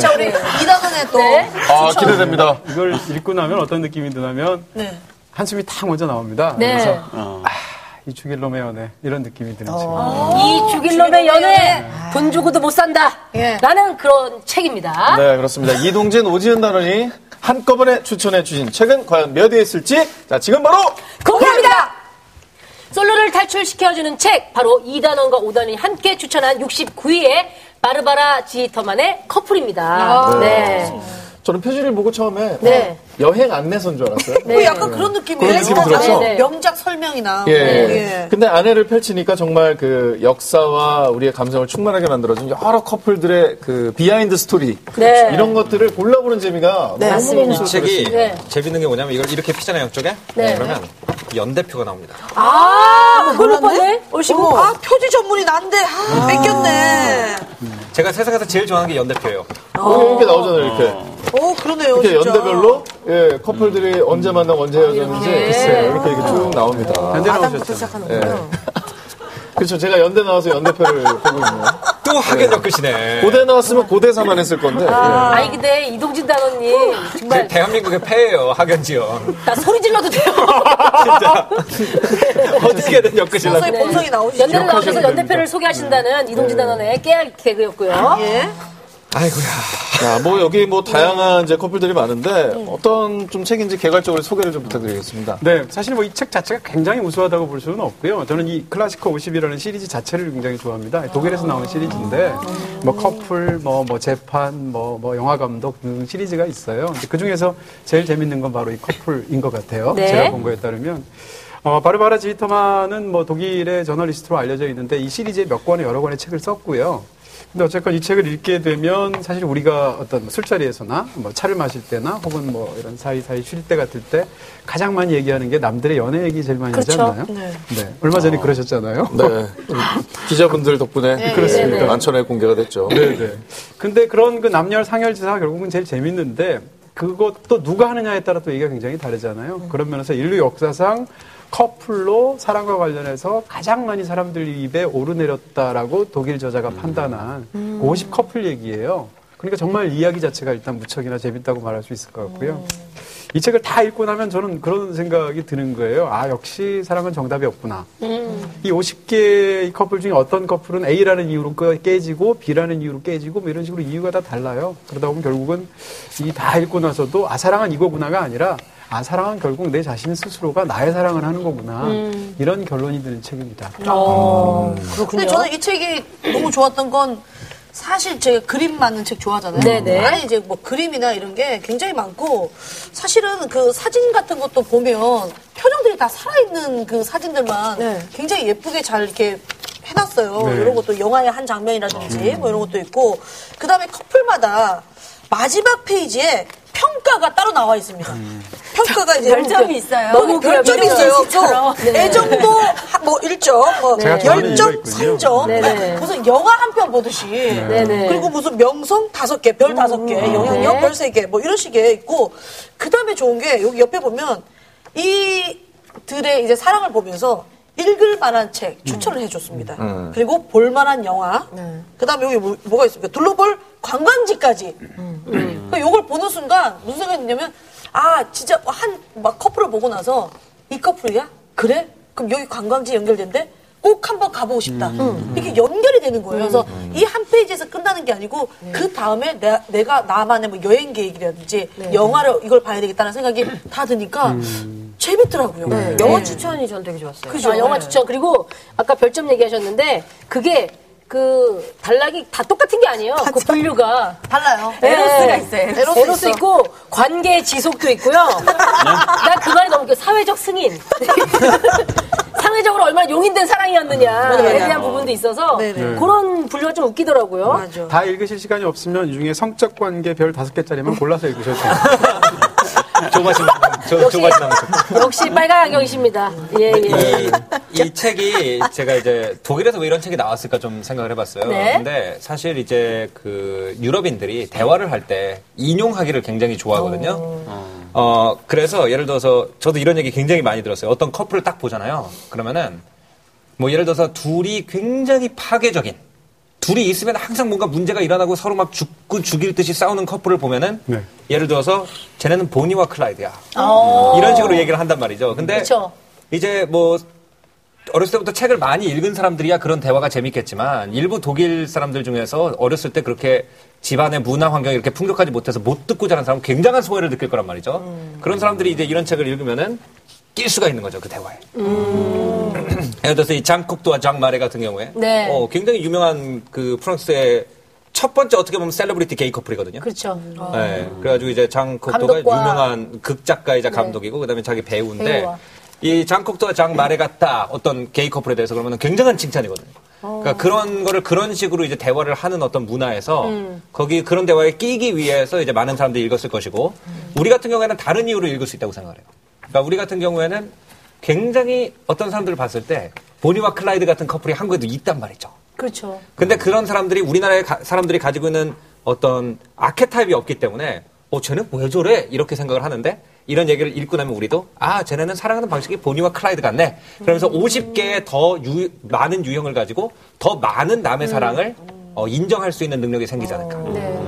자, 우리 이다선의 또.
네.
아, 기대됩니다.
이걸 읽고 나면 어떤 느낌이 드냐면
네.
한숨이 탁 먼저 나옵니다.
네.
그래서
어.
아, 이 죽일 놈의 연애 이런 느낌이 드는 책.
이 어, 죽일 놈의 연애 돈 주고도 못 산다.
예.
라는 그런 책입니다.
네, 그렇습니다. 이동진, 오지은 단원이 한꺼번에 추천해 주신 책은 과연 몇 위에 있을지, 자, 지금 바로
공개합니다. 솔로를 탈출시켜주는 책 바로 2단원과 5단원이 함께 추천한 69위의 바르바라 지히터만의 커플입니다. 네.
저는 표지를 보고 처음에
네.
어, 여행 안내서인 줄 알았어요.
뭐 약간 그런 느낌이에요.
그런 느낌이 들었죠?
네, 네. 명작 설명이나.
예.
뭐,
근데 아내를 펼치니까 정말 그 역사와 우리의 감성을 충만하게 만들어준 여러 커플들의 그 비하인드 스토리
네.
그 이런 것들을 골라보는 재미가
네.
너무너무
이 책이
네.
재밌는 게 뭐냐면 이걸 이렇게 피잖아요 옆쪽에
네.
그러면 연대표가 나옵니다.
아, 그럴 뻔해.
어,
얼씨구.
아, 표지 전문이 난데, 아, 뺏겼네.
제가 세상에서 제일 좋아하는 게 연대표예요.
어, 이렇게 나오잖아요 이렇게
오, 어, 그러네요.
이렇게
진짜.
연대별로 예, 커플들이
음.
언제 만나고 언제 헤어졌는지 글쎄요 아, 이렇게 이렇게 쭉 나옵니다
현재
아담부터
나오셨죠.
시작하는군요. 네.
그렇죠 제가 연대 나와서 [laughs] 연대표를 보고 있네요
또 학연역 끝이네.
고대 나왔으면 고대사만 했을 건데 예.
아니 어. 네. 근데 이동진 단원님 정말
그 대한민국의 폐예요 학연지연.
나 소리 질러도 [laughs] 돼요.
어떻게든 엮으시려고.
서서히
네.
본성이 나오시죠.
연대를 나오면서 연대표를 소개하신다는 이동진 단원의 깨알 개그였고요.
예.
아이고야.
자, 뭐 여기 뭐 다양한 이제 커플들이 많은데 어떤 좀 책인지 개괄적으로 소개를 좀 부탁드리겠습니다
네, 사실 뭐 이 책 자체가 굉장히 우수하다고 볼 수는 없고요. 저는 이 클라시코 50이라는 시리즈 자체를 굉장히 좋아합니다. 독일에서 나온 시리즈인데 뭐 커플, 뭐, 뭐 재판, 뭐, 뭐 영화 감독 등 시리즈가 있어요. 근데 그 중에서 제일 재밌는 건 바로 이 커플인 것 같아요.
네.
제가 뭐 본 거에 따르면. 어, 바르바라 지히터만은 뭐 독일의 저널리스트로 알려져 있는데 이 시리즈에 몇 권의 여러 권의 책을 썼고요. 근데 어쨌건 이 책을 읽게 되면 사실 우리가 어떤 뭐 술자리에서나 뭐 차를 마실 때나 혹은 뭐 이런 사이사이 쉴 때 같을 때 가장 많이 얘기하는 게 남들의 연애 얘기 제일 많이 하지 않나요? 네. 얼마 전에 그러셨잖아요.
네. 기자분들 덕분에
그렇습니다. 네, 네.
만천에 공개가 됐죠.
네네. 근데 그런 그 남녀 상열지사가 결국은 제일 재밌는데 그것도 누가 하느냐에 따라 또 얘기가 굉장히 다르잖아요. 그런 면에서 인류 역사상 커플로 사랑과 관련해서 가장 많이 사람들 입에 오르내렸다라고 독일 저자가 판단한 50 커플 얘기예요. 그러니까 정말 이야기 자체가 일단 무척이나 재밌다고 말할 수 있을 것 같고요. 이 책을 다 읽고 나면 저는 그런 생각이 드는 거예요. 아, 역시 사랑은 정답이 없구나. 이 50개의 커플 중에 어떤 커플은 A라는 이유로 깨- 깨지고 B라는 이유로 깨지고 뭐 이런 식으로 이유가 다 달라요. 그러다 보면 결국은 이 다 읽고 나서도 아 사랑은 이거구나가 아니라 아 사랑은 결국 내 자신 스스로가 나의 사랑을 하는 거구나 이런 결론이 드는 책입니다.
어. 아,
근데 저는 이 책이 너무 좋았던 건 사실 제가 그림 많은 책 좋아하잖아요.
네네.
아니 이제 뭐 그림이나 이런 게 굉장히 많고 사실은 그 사진 같은 것도 보면 표정들이 다 살아있는 그 사진들만 굉장히 예쁘게 잘 이렇게 해놨어요. 이런 것도 영화의 한 장면이라든지 뭐 이런 것도 있고 그다음에 커플마다 마지막 페이지에 평가가 따로 나와 있습니다. 평가가 이제
별점이 있어요.
너무
그래요.
별점이
미디어
있어요.
시처럼.
또 애정도 하- 뭐 1점, 뭐
제가 저번에 이거
10점,
했군요.
3점.
네.
그러니까
네네.
무슨 영화 한 편 보듯이.
네. 음.
그리고 무슨 명성 다섯 개, 별 다섯 개, 음. 영향력
네.
별 세 개, 뭐 이런 식의 있고, 그 다음에 좋은 게 여기 옆에 보면 이 들의 이제 사랑을 보면서 읽을 만한 책 추천을 해줬습니다. 그리고 볼 만한 영화. 그 다음에 여기 뭐, 가 있습니까? 둘러볼 관광지까지. 그러니까 요걸 보는 순간 무슨 생각이 드냐면, 아, 진짜 한 막 커플을 보고 나서 이 커플이야? 그래? 그럼 여기 관광지 연결된대? 꼭 한번 가보고 싶다. 이게 연결이 되는 거예요. 그래서 이 한 페이지에서 끝나는 게 아니고 그 다음에 내, 가 나만의 뭐 여행 계획이라든지 영화를 이걸 봐야 되겠다는 생각이 다 드니까 재밌더라고요.
음. 네.
네.
영화 추천이 전 되게 좋았어요.
아, 영화 추천. 그리고 아까 별점 얘기하셨는데 그게 그 단락이 다 똑같은 게 아니에요. 그 분류가
달라요. 네.
에로스가
있어요.
네. 에로스, 있고 관계 지속도 있고요.
네.
난 그 말이 너무 웃겨. 사회적 승인. [laughs] 사회적으로 얼마나 용인된 사랑이었느냐에 대한 부분도 있어서
네네.
그런 분류가 좀 웃기더라고요.
다 읽으실 시간이 없으면 이 중에 성적 관계 별 다섯 개짜리만 골라서 읽으셔도 돼요.
조바심, 조, 조바심 남았죠.
네. 역시 빨간 안경이십니다. 예,
네.
예.
이, 이 책이 제가 이제 독일에서 왜 이런 책이 나왔을까 좀 생각을 해봤어요.
네.
근데 사실 이제 그 유럽인들이 대화를 할 때 인용하기를 굉장히 좋아하거든요. 어, 그래서 예를 들어서 저도 이런 얘기 굉장히 많이 들었어요. 어떤 커플을 딱 보잖아요. 그러면은 뭐 예를 들어서 둘이 굉장히 파괴적인 둘이 있으면 항상 뭔가 문제가 일어나고 서로 막 죽고 죽일 듯이 싸우는 커플을 보면은
네.
예를 들어서 쟤네는 보니와 클라이드야. 이런 식으로 얘기를 한단 말이죠. 근데
어. 그쵸.
이제 뭐 어렸을 때부터 책을 많이 읽은 사람들이야 그런 대화가 재밌겠지만 일부 독일 사람들 중에서 어렸을 때 그렇게 집안의 문화 환경이 이렇게 풍족하지 못해서 못 듣고 자란 사람은 굉장한 소외를 느낄 거란 말이죠. 그런 사람들이 이제 이런 책을 읽으면은 낄 수가 있는 거죠 그 대화에. 예를 들어서 이 장콕도와 장마레 같은 경우에
네.
어, 굉장히 유명한 그 프랑스의 첫 번째 어떻게 보면 셀러브리티 게이 커플이거든요.
그렇죠.
네, 그래가지고 이제 장콕도가
감독과- 네.
유명한 극작가이자 감독이고 그다음에 자기 배우인데
배우와.
이 장콕도와 장마레 같다 어떤 게이 커플에 대해서 그러면 굉장한 칭찬이거든요.
어.
그러니까 그런 거를 그런 식으로 이제 대화를 하는 어떤 문화에서
음.
거기 그런 대화에 끼기 위해서 이제 많은 사람들이 읽었을 것이고
음.
우리 같은 경우에는 다른 이유로 읽을 수 있다고 생각해요. 그러니까 우리 같은 경우에는 굉장히 어떤 사람들을 봤을 때 보니와 클라이드 같은 커플이 한국에도 있단 말이죠.
그렇죠.
근데 그런 사람들이 우리나라의 가- 사람들이 가지고 있는 어떤 아케타입이 없기 때문에 어 쟤는 왜 저래 이렇게 생각을 하는데 이런 얘기를 읽고 나면 우리도 아 쟤네는 사랑하는 방식이 보니와 클라이드 같네
음.
그러면서 50개의 더 유- 많은 유형을 가지고 더 많은
음.
남의 사랑을 어, 인정할 수 있는 능력이 생기지 않을까
어.
네.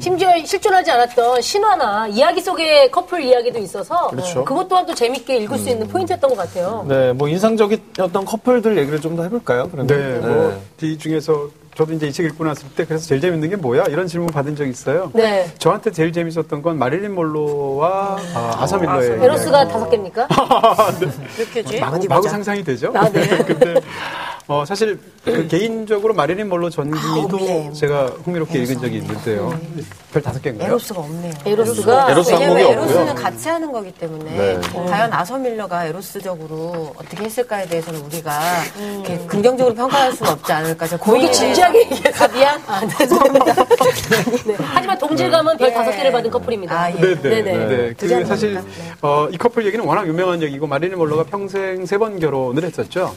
심지어 실존하지 않았던 신화나 이야기 속의 커플 이야기도 있어서
그렇죠. 음.
그것 또한 또 재밌게 읽을 수 있는 포인트였던 것 같아요.
네, 뭐 인상적이었던 커플들 얘기를 좀 더 해볼까요? 그러면?
[laughs] 네, 뭐, 이 중에서 저도 이제 이 책 읽고 났을 때 그래서 제일 재밌는 게 뭐야? 이런 질문 받은 적 있어요.
네.
저한테 제일 재밌었던 건 마릴린 몰로와 아, 사 밀러의
에로스가 다섯 개입니까?
느껴지?
마구, 마구 상상이 되죠. [laughs] 근데 어, 사실 그 개인적으로 마릴린 몰로 전기도 제가 흥미롭게 읽은 적이 있는데요. 별 다섯 개인가요?
에로스가 없네요.
에로스가
에로스 항목이
왜냐면
없고요.
에로스는 같이 하는 거기 때문에 뭐 과연 아서 밀러가 에로스적으로 어떻게 했을까에 대해서는 우리가 이렇게 긍정적으로 평가할 수는 없지 않을까. 제가
되게
고민이
[laughs] 진지하게 얘기해서 미안. 네. 아, 네, 죄송합니다. 네. 하지만 동질감은 별 다섯 개를 받은 커플입니다.
아, 예.
네네.
네네.
네. 그 사실 어, 이 커플 얘기는 워낙 유명한 얘기고 마릴린 몰로가 평생 세 번 결혼을 했었죠.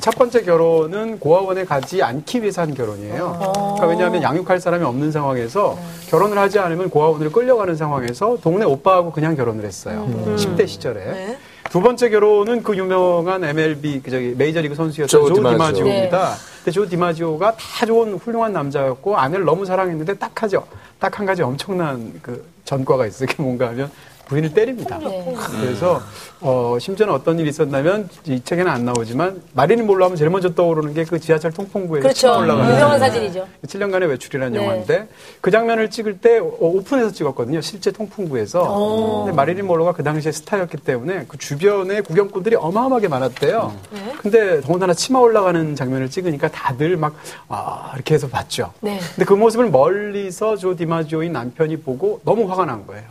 첫 번째 결혼은 고아원에 가지 않기 위해서 한 결혼이에요. 그러니까 왜냐하면 양육할 사람이 없는 상황에서 결혼을 하지 않으면 고아원으로 끌려가는 상황에서 동네 오빠하고 그냥 결혼을 했어요. 10대 시절에. 두 번째 결혼은 그 유명한 MLB 그 저기 메이저리그 선수였던
조
조
디마지오.
디마지오입니다.
네.
근데 조 디마지오가 다 좋은 훌륭한 남자였고 아내를 너무 사랑했는데 딱 하죠. 딱 한 가지 엄청난 그 전과가 있어요. 그게 뭔가 하면 부인을 때립니다.
네.
그래서 어, 심지어는 어떤 일이 있었냐면 이 책에는 안 나오지만 마리는 몰로 하면 제일 먼저 떠오르는 게 그 지하철 통풍구에
그렇죠.
치고 올라가는
유명한 사진이죠.
7년간의 외출이라는
네.
영화인데 그 장면을 찍을 때 오- 오픈해서 찍었거든요. 실제
어.
통풍구에서. 근데 마릴린 몰로가 그 당시에 스타였기 때문에 그 주변에 구경꾼들이 어마어마하게 많았대요.
음. 네.
근데 더군다나 치마 올라가는 장면을 찍으니까 다들 막 아, 이렇게 해서 봤죠.
네. 아.
근데 그 모습을 멀리서 조 디마지오인 남편이 보고 너무 화가 난 거예요.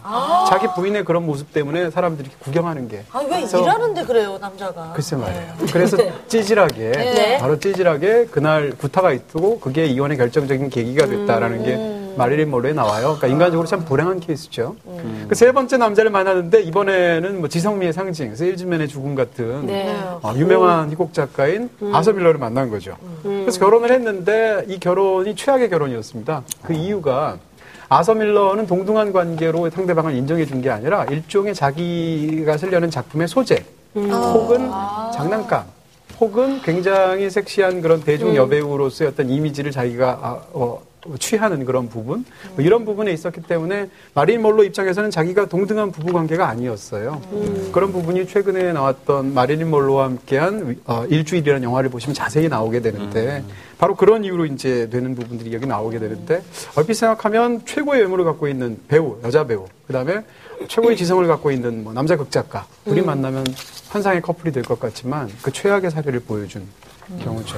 자기 부인의 그런 모습 때문에 사람들이 이렇게 구경하는 게
아, 왜 일하는데 그래요, 남자가.
글쎄 말이에요. 그래서 찌질하게 바로 찌질하게 그날 구타가 있고 그게 이혼의 결정적인 계기가 됐다라는 게 마릴린 모로에 나와요. 그러니까 인간적으로 참 불행한 케이스죠. 그 세 번째 남자를 만났는데 이번에는 뭐 지성미의 상징, 세일즈맨의 죽음 같은
네.
어, 유명한 희곡 작가인 아서 밀러를 만난 거죠. 그래서 결혼을 했는데 이 결혼이 최악의 결혼이었습니다. 그 이유가 아서 밀러는 동등한 관계로 상대방을 인정해 준 게 아니라 일종의 자기가 쓰려는 작품의 소재 음. 혹은 장난감 혹은 굉장히 섹시한 그런 대중 여배우로서의 어떤 이미지를 자기가 아, 어, 취하는 그런 부분 뭐 이런 부분에 있었기 때문에 마린 몰로 입장에서는 자기가 동등한 부부 관계가 아니었어요. 그런 부분이 최근에 나왔던 마린 몰로와 함께한 위- 어, 일주일이라는 영화를 보시면 자세히 나오게 되는데 바로 그런 이유로 이제 되는 부분들이 여기 나오게 되는데 얼핏 생각하면 최고의 외모를 갖고 있는 배우 여자 배우 그다음에 최고의 지성을 갖고 있는 뭐 남자 극작가 둘이 만나면 환상의 커플이 될 것 같지만 그 최악의 사례를 보여준 경우죠.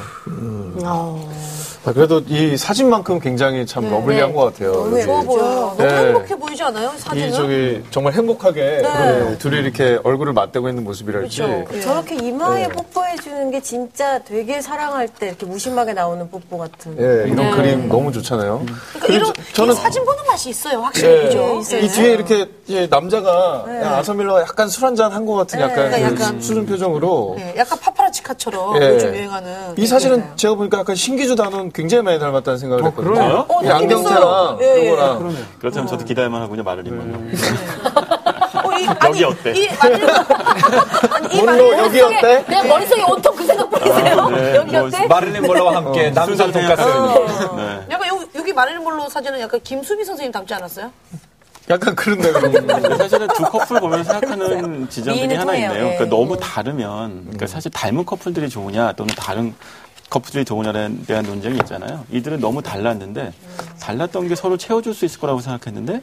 아, 그래도 이 사진만큼 굉장히 참
네,
러블리한 것 같아요. 여기.
좋아 보여요. 너무
네.
행복해 보이지 않아요, 이
이
사진은?
저기 정말 행복하게 네, 둘이 이렇게 얼굴을 맞대고 있는 모습이랄지
그렇죠.
네. 저렇게 이마에 뽀뽀해 주는 게 진짜 되게 사랑할 때 이렇게 무심하게 나오는 뽀뽀 같은.
예, 이런 그림 너무 좋잖아요.
네. 그러니까 이런
저-
이 사진 보는 맛이 있어요, 확실히.
예,
그죠?
이 뒤에 이렇게 예, 남자가 야, 아서밀러가 약간 술 한잔 한 것 같은 약간,
그러니까
그
약간.
수준 표정으로
예, 약간 파파라치카처럼
예.
요즘 유행하는.
이
네.
사실은 제가 보니까 약간 신기주 단원 굉장히 많이 닮았다는 생각을 했거든요. 이 안경테랑
있어요. 예,
이거랑
그렇다면 저도 기다릴만 하군요, 마를린 먼로.
어, 이,
여기 어때?
이 마늘, 아니, 이
뭘로
마늘,
여기 어때?
그냥 머릿속에 온통 그 생각 뿐이세요. 여기
뭐
어때?
마릴린 몰로와 함께 남산
순살
돈가스.
어.
네.
약간 여기, 여기 마르는 걸로 사진은 약간 김수미 선생님 닮지 않았어요?
약간 그런데 그런
근데 사실은 두 커플
[laughs]
보면 생각하는 지점 중에
미인은
하나
통해요.
있네요.
예.
그러니까 너무 다르면, 그러니까 사실 닮은 커플들이 좋으냐 또는 다른 커플들이 좋으냐에 대한 논쟁이 있잖아요. 이들은 너무 달랐는데 달랐던 게 서로 채워줄 수 있을 거라고 생각했는데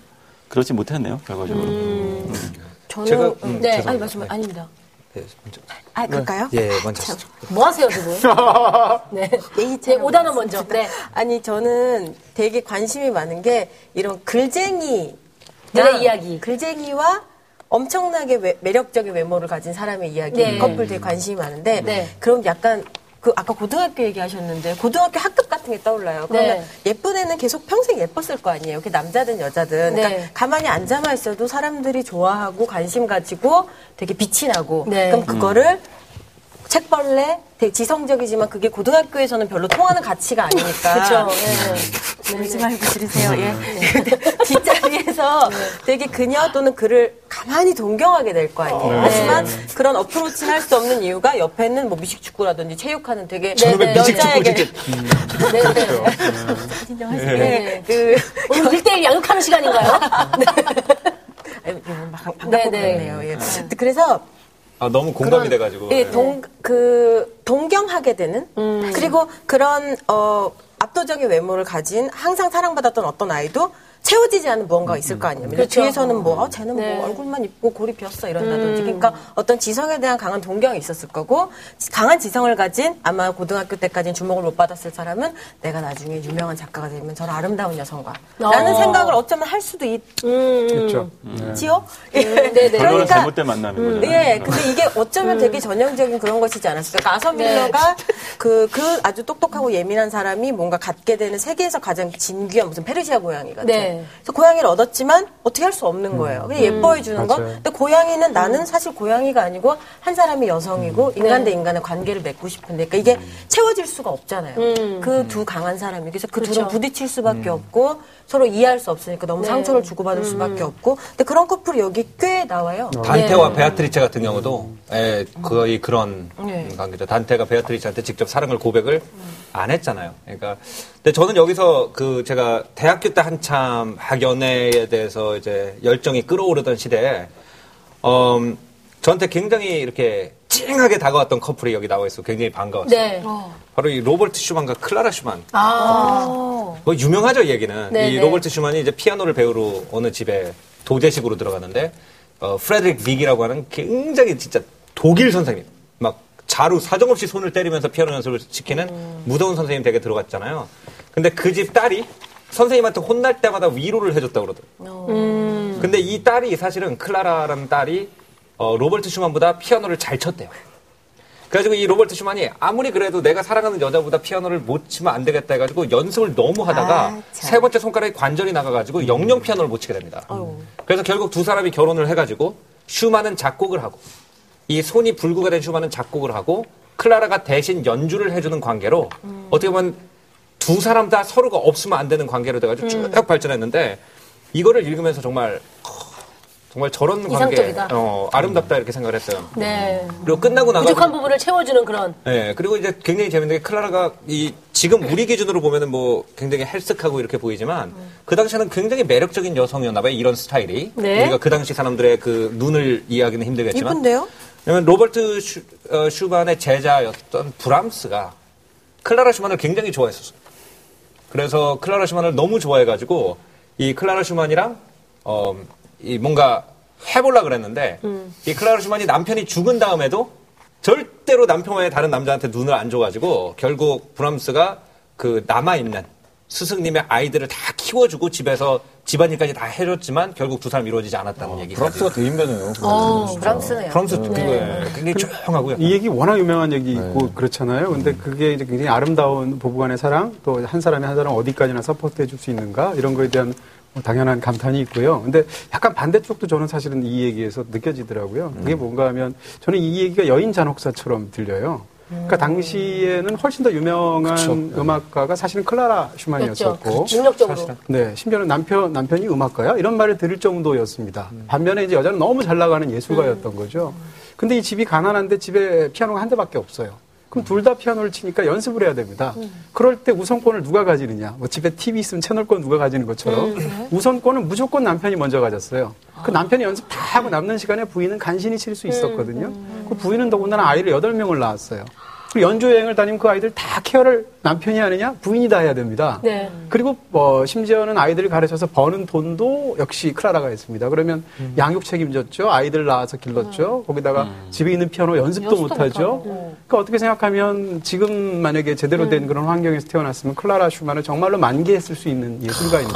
그렇지 못했네요 결과적으로.
음. 저는
제가 음,
네.
죄송합니다.
아니 말씀 아닙니다.
네, 먼저.
아 그럴까요?
예, 먼저 하시죠.
뭐 하세요, 지금? 네.
예의
제
차려.
5단어 먼저. 네.
아니 저는 되게 관심이 많은 게 이런 글쟁이
들의 이야기.
글쟁이와 엄청나게 외- 매력적인 외모를 가진 사람의 이야기
네.
커플 되게 관심이 많은데
네.
그럼 약간 그 아까 고등학교 얘기하셨는데 고등학교 학급 같은 게 떠올라요. 그러면
네.
예쁜 애는 계속 평생 예뻤을 거 아니에요. 그 남자든 여자든
네.
그러니까 가만히 앉아만 있어도 사람들이 좋아하고 관심 가지고 되게 빛이 나고
네.
그럼 그거를 책벌레 되게 지성적이지만 그게 고등학교에서는 별로 통하는 가치가 아니니까 [laughs]
그렇죠.
울지 말고 들으세요. 예. [laughs] 뒷자리에서 되게 그녀 또는 그를 가만히 동경하게 될 거 아니에요. 하지만 그런 어프로치는 할 수 없는 이유가 옆에는 뭐 미식축구라든지 체육하는 되게
저놈의
네, 여자에게
네, 네. 네.
네. 그
오늘 1대1 양육하는 시간인가요?
아유, 이건 막
네,
반갑고
네.
그러네요. 예. 그래서
아, 너무 공감이 돼가지고. 네.
예, 동, 그, 동경하게 되는?
음.
그리고 그런, 어, 압도적인 외모를 가진 항상 사랑받았던 어떤 아이도 채워지지 않은 무언가가 있을 거 아니에요.
그렇죠.
뒤에서는 뭐, 어, 쟤는
네. 음.
뭐 얼굴만 이쁘고 고리 비었어 이런다든지. 그러니까 어떤 지성에 대한 강한 동경이 있었을 거고, 지- 강한 지성을 가진 아마 고등학교 때까지는 주목을 못 받았을 사람은 내가 나중에 유명한 작가가 되면 저런 아름다운 여성과. 라는 생각을 어쩌면 할 수도 있지요?
음.
그렇죠.
[laughs] 예.
네,
결론은 잘못된 만남인 거잖아요.
네.
예, 근데 이게 어쩌면 되게 전형적인 그런 것이지 않았을까. 그러니까 아서 밀러가
네.
그, 그 아주 똑똑하고 예민한 사람이 뭔가 갖게 되는 세계에서 가장 진귀한 무슨 페르시아 고양이 같은.
네.
그래서 고양이를 얻었지만 어떻게 할 수 없는 거예요. 그냥 예뻐해주는 것.
음. 맞아요.
근데 고양이는 나는 사실 고양이가 아니고 한 사람이
음.
여성이고 인간
네.
대 인간의 관계를 맺고 싶은데. 그러니까 이게 채워질 수가 없잖아요.
음.
그 두 강한 사람이. 그래서
그렇죠.
그 둘은 부딪힐 수밖에 없고 서로 이해할 수 없으니까 너무
네.
상처를 주고받을
음.
수밖에 없고. 근데 그런 커플이 여기 꽤 나와요. 네.
단테와 베아트리체 같은 경우도 예, 거의 그런
네.
관계죠. 단테가 베아트리체한테 직접 사랑을 고백을 안 했잖아요. 그러니까 근데 저는 여기서 그 제가 대학교 때 한참 학 연애에 대해서 이제 열정이 끓어오르던 시대에 음, 저한테 굉장히 이렇게 찡하게 다가왔던 커플이 여기 나와 있어 굉장히 반가웠어요.
네.
바로 이 로버트 슈만과 클라라 슈만.
아.
뭐 유명하죠 이 얘기는
네,
이
네.
로버트 슈만이 이제 피아노를 배우러 어느 집에 도제식으로 들어가는데 어, 프레드릭 빅이라고 하는 굉장히 진짜 독일 선생님 막 자루 사정없이 손을 때리면서 피아노 연습을 시키는 무서운 선생님 댁에 들어갔잖아요 근데 그 집 딸이 선생님한테 혼날 때마다 위로를 해줬다고 그러더라고요
어.
근데 이 딸이 사실은 클라라라는 딸이 어, 로버트 슈만보다 피아노를 잘 쳤대요. 그래가지고 이 로버트 슈만이 아무리 그래도 내가 사랑하는 여자보다 피아노를 못 치면 안 되겠다 해가지고 연습을 너무 하다가
아, 참.
세 번째 손가락에 관절이 나가가지고 영영 피아노를 못 치게 됩니다. 그래서 결국 두 사람이 결혼을 해가지고 슈만은 작곡을 하고 이 손이 불구가 된 슈만은 작곡을 하고 클라라가 대신 연주를 해주는 관계로
음.
어떻게 보면 두 사람 다 서로가 없으면 안 되는 관계로 돼가지고 쭉
음.
발전했는데 이거를 읽으면서 정말 정말 저런 관계
이상적이다.
어, 아름답다 이렇게 생각을 했어요.
네.
그리고 끝나고 나가
부족한 부분을 채워주는 그런
네, 그리고 이제 굉장히 재밌는 게 클라라가 이 지금 우리 기준으로 보면은 뭐 굉장히 헬쓱하고 이렇게 보이지만 그 당시에는 굉장히 매력적인 여성이었나 봐요. 이런 스타일이.
네.
우리가 그 당시 사람들의 그 눈을 이해하기는 힘들겠지만
이쁜데요?
왜냐면 로버트 슈, 어, 슈만의 제자였던 브람스가 클라라 슈만을 굉장히 좋아했었어요. 그래서 클라라 슈만을 너무 좋아해가지고 이 클라라 슈만이랑 어, 이 뭔가 해보려 그랬는데 이 클라라 슈만이 남편이 죽은 다음에도 절대로 남편 외에 다른 남자한테 눈을 안 줘가지고 결국 브람스가 그 남아있는 스승님의 아이들을 다 키워주고 집에서 집안일까지 다 해줬지만 결국 두 사람 이루어지지 않았다는 얘기까지.
브락스가 되게 힘드네요.
어,
어, 브람스네요.
브람스 되게 굉장히 조용하고요.
이 얘기 워낙 유명한 얘기 있고 그렇잖아요. 근데 그게 이제 굉장히 아름다운 부부간의 사랑 또 한 사람이 한 사람 어디까지나 서포트해 줄 수 있는가 이런 거에 대한 뭐 당연한 감탄이 있고요. 근데 약간 반대쪽도 저는 사실은 이 얘기에서 느껴지더라고요. 그게 뭔가 하면 저는 이 얘기가 여인 잔혹사처럼 들려요. 그러니까 당시에는 훨씬 더 유명한 음악가가 사실은 클라라
그렇죠.
슈만이었었고
능력적으로.
네, 심지어는 남편 남편이 음악가야 이런 말을 들을 정도였습니다. 반면에 이제 여자는 너무 잘 나가는 예술가였던 거죠. 근데 이 집이 가난한데 집에 피아노가 한 대밖에 없어요. 그럼 둘 다 피아노를 치니까 연습을 해야 됩니다. 그럴 때 우선권을 누가 가지느냐? 뭐 집에 TV 있으면 채널권 누가 가지는 것처럼 우선권은 무조건 남편이 먼저 가졌어요. 그 남편이 연습 다 하고 남는 시간에 부인은 간신히 칠 수 있었거든요. 그 부인은 더군다나 아이를 여덟 명을 낳았어요. 그리고 연주 여행을 다니면 그 아이들 다 케어를 남편이 하느냐? 부인이 다 해야 됩니다.
네.
그리고 뭐 심지어는 아이들을 가르쳐서 버는 돈도 역시 클라라가 했습니다. 그러면 양육 책임졌죠. 아이들 낳아서 길렀죠. 거기다가 집에 있는 피아노 음. 연습도 못하죠. 그러니까 어떻게 생각하면 지금 만약에 제대로 된 그런 환경에서 태어났으면 클라라 슈만을 정말로 만개했을 수 있는 예술가인데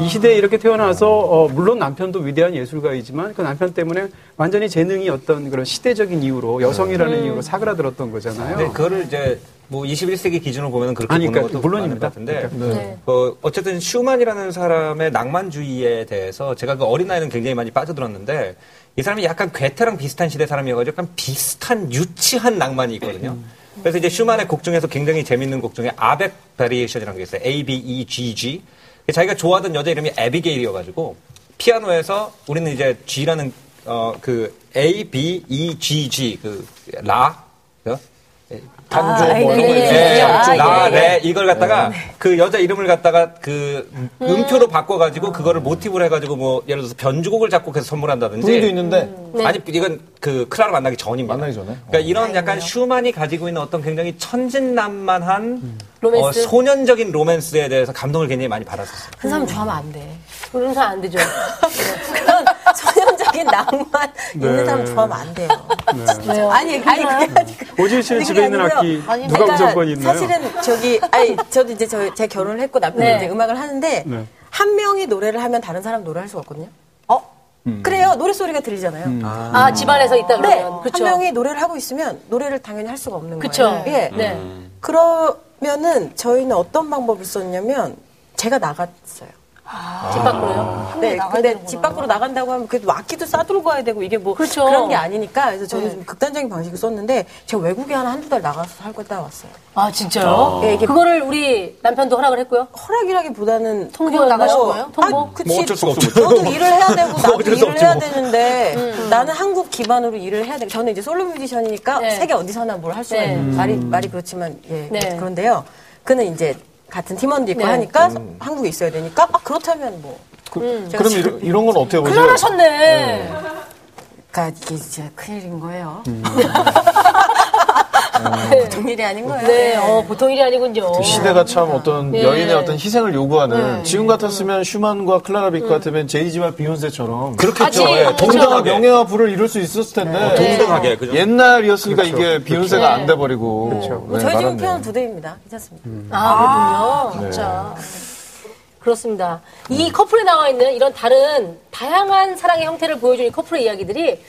이 시대에 이렇게 태어나서 어, 물론 남편도 위대한 예술가이지만 그 남편 때문에 완전히 재능이 어떤 그런 시대적인 이유로 여성이라는 이유로 사그라들었던 거잖아요.
근데 네, 그거를 이제 뭐 21세기 기준으로 보면 그렇게
아니,
보는
그러니까
것도
물론입니다. 그러니까, 네.
많을 것 같은데 어, 어쨌든 슈만이라는 사람의 낭만주의에 대해서 제가 그 어린 나이는 굉장히 많이 빠져들었는데 이 사람이 약간 괴테랑 비슷한 시대 사람이어가지고 약간 비슷한 유치한 낭만이 있거든요.
음.
그래서 이제 슈만의 곡 중에서 굉장히 재밌는 곡 중에 아벡 베리에이션이라는 게 있어요. A B E G G. 자기가 좋아하던 여자 이름이 에비게일이어가지고 피아노에서 우리는 이제 G라는 어, 그 A B E G G 그라
단조
아,
뭐 이런 거
네.
있죠.
예,
네,
아,
라,
예,
레 이걸 갖다가 그 여자 이름을 갖다가 그 음표로 바꿔가지고 그거를 모티브로 해가지고 뭐 예를 들어서 변주곡을 작곡해서
네.
선물한다든지
부인도 네. 있는데
아니 이건 그 클라를 만나기 전입니다.
만나기 전에?
그러니까 이런 약간 슈만이 가지고 있는 어떤 굉장히 천진난만한 어,
로맨스.
소년적인 로맨스에 대해서 감동을 굉장히 많이 받았었어요.
한 사람 좋아하면 안 돼.
그런 사람 안 되죠.
그런 [laughs] 소년적인 낭만
네.
있는 사람 좋아하면 안 돼요.
왜요?
아니, 아니, 그래가지고.
음. 오지은 씨는 집에 있는 악기
아니, 그러니까
누가 우선권이 있나요?
사실은 저기, 아니, 저도 이제 저, 제가 결혼을 했고 남편이
네.
이제 음악을 하는데,
네.
한 명이 노래를 하면 다른 사람 노래할 수가 없거든요. 어?
음.
그래요. 노래소리가 들리잖아요.
아, 집안에서 있다
네.
그러면. 그쵸.
한 명이 노래를 하고 있으면 노래를 당연히 할 수가 없는
그쵸.
거예요. 예.
네.
음.
그러면은 저희는 어떤 방법을 썼냐면 제가 나갔어요.
집 밖으로요.
네, 근데 집 밖으로 나간다고 하면 그래도 악기도 싸들고 가야 되고 이게 뭐
그렇죠.
그런게 아니니까 그래서 저는 좀 극단적인 방식을 썼는데 제가 외국에 한 한두 달 나가서 살고 있다 왔어요. 네.
아, 진짜요?
예, 이게
그거를 우리 남편도 허락을 했고요.
허락이라기보다는
통보
그냥
나가신
뭐,
거예요? 통보?
아, 그치.
뭐 어쩔 수가 없죠.
저도
[laughs]
일을 해야 되고 나도
어쩔 수
일을
없지
해야
뭐.
되는데 나는 한국 기반으로 일을 해야 되고 저는 이제 솔로 뮤지션이니까
네.
세계 어디서나 뭘 할 수가
네.
있는 말이
음.
말이 그렇지만 예
네.
그런데요. 그는 이제 같은 팀원도 있고
네.
하니까
음.
한국에 있어야 되니까 아, 그렇다면 뭐
그, 럼 이런, 이런 건 어떻게 보세요?
클라라셨네.
그러니까 이게 진짜 큰일인 거예요.
어,
보통 일이 아닌 거예요.
네, 어, 보통 일이 아니군요.
시대가 참 어떤
예.
여인의 어떤 희생을 요구하는 지금 같았으면 슈만과 클라라 빅 같으면 제이지와 비욘세처럼
그렇겠죠.
아직,
예,
동등한
동등하게.
명예와 부를 이룰 수 있었을 텐데
동등하게. 그죠?
옛날이었으니까
그렇죠.
이게 비욘세가 안 돼버리고
뭐
저희
아,
집은
말았네요. 음.
피아노 두 대입니다. 괜찮습니다.
아, 그렇군요. 진짜. 그렇습니다. 이 커플에 나와 있는 이런 다른 다양한 사랑의 형태를 보여주는 이 커플의 이야기들이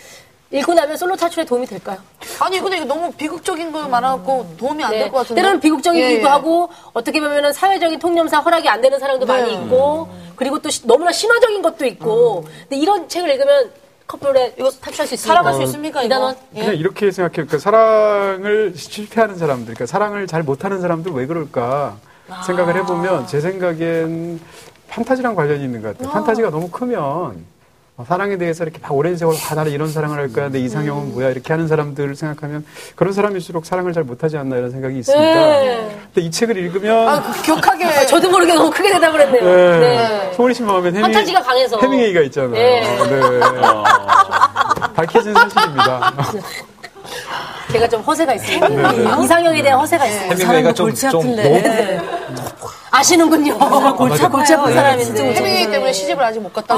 읽고 나면 솔로 탈출에 도움이 될까요?
아니 근데 이거 너무 비극적인 거 많아갖고 도움이 안 될
네.
것 같은데.
때로는
예,
비극적이기도
예.
하고 어떻게 보면은 사회적인 통념상 허락이 안 되는
네.
사람도 많이 있고 그리고 또 시- 너무나 심화적인 것도 있고 근데 이런 책을 읽으면 커플에 이거 탈출할 수 있습니까?
살아갈 수 있습니까?
이
이거?
단원
그냥 이렇게 생각해요. 그러니까 사랑을 실패하는 사람들, 그러니까 사랑을 잘 못하는 사람들 왜 그럴까
아.
생각을 해보면 제 생각엔 판타지랑 관련이 있는 것
어.
같아요. 판타지가 너무 크면 어, 사랑에 대해서 이렇게 막 오랜 세월 아 나는 이런 사랑을 할
음.
거야 내 이상형은 뭐야 이렇게 하는 사람들을 생각하면 그런 사람일수록 사랑을 잘 못하지 않나 이런 생각이 있습니다.
네.
근데 이 책을 읽으면
격하게.
저도 모르게 너무 크게 대답을 했네요.
네.
네.
송은이 씨 마음엔 해밍,
판타지가 강해서.
해밍웨이가 있잖아요.
네.
네. 밝혀진 사실입니다.
제가 좀 허세가 있습니다. 이상형에 대한 허세가 있습니다.
해밍웨이가 좀, 좀 너무
아시는군요. 골치 아픈 사람인데.
해밍웨이 때문에 시집을 아직 못 갔다.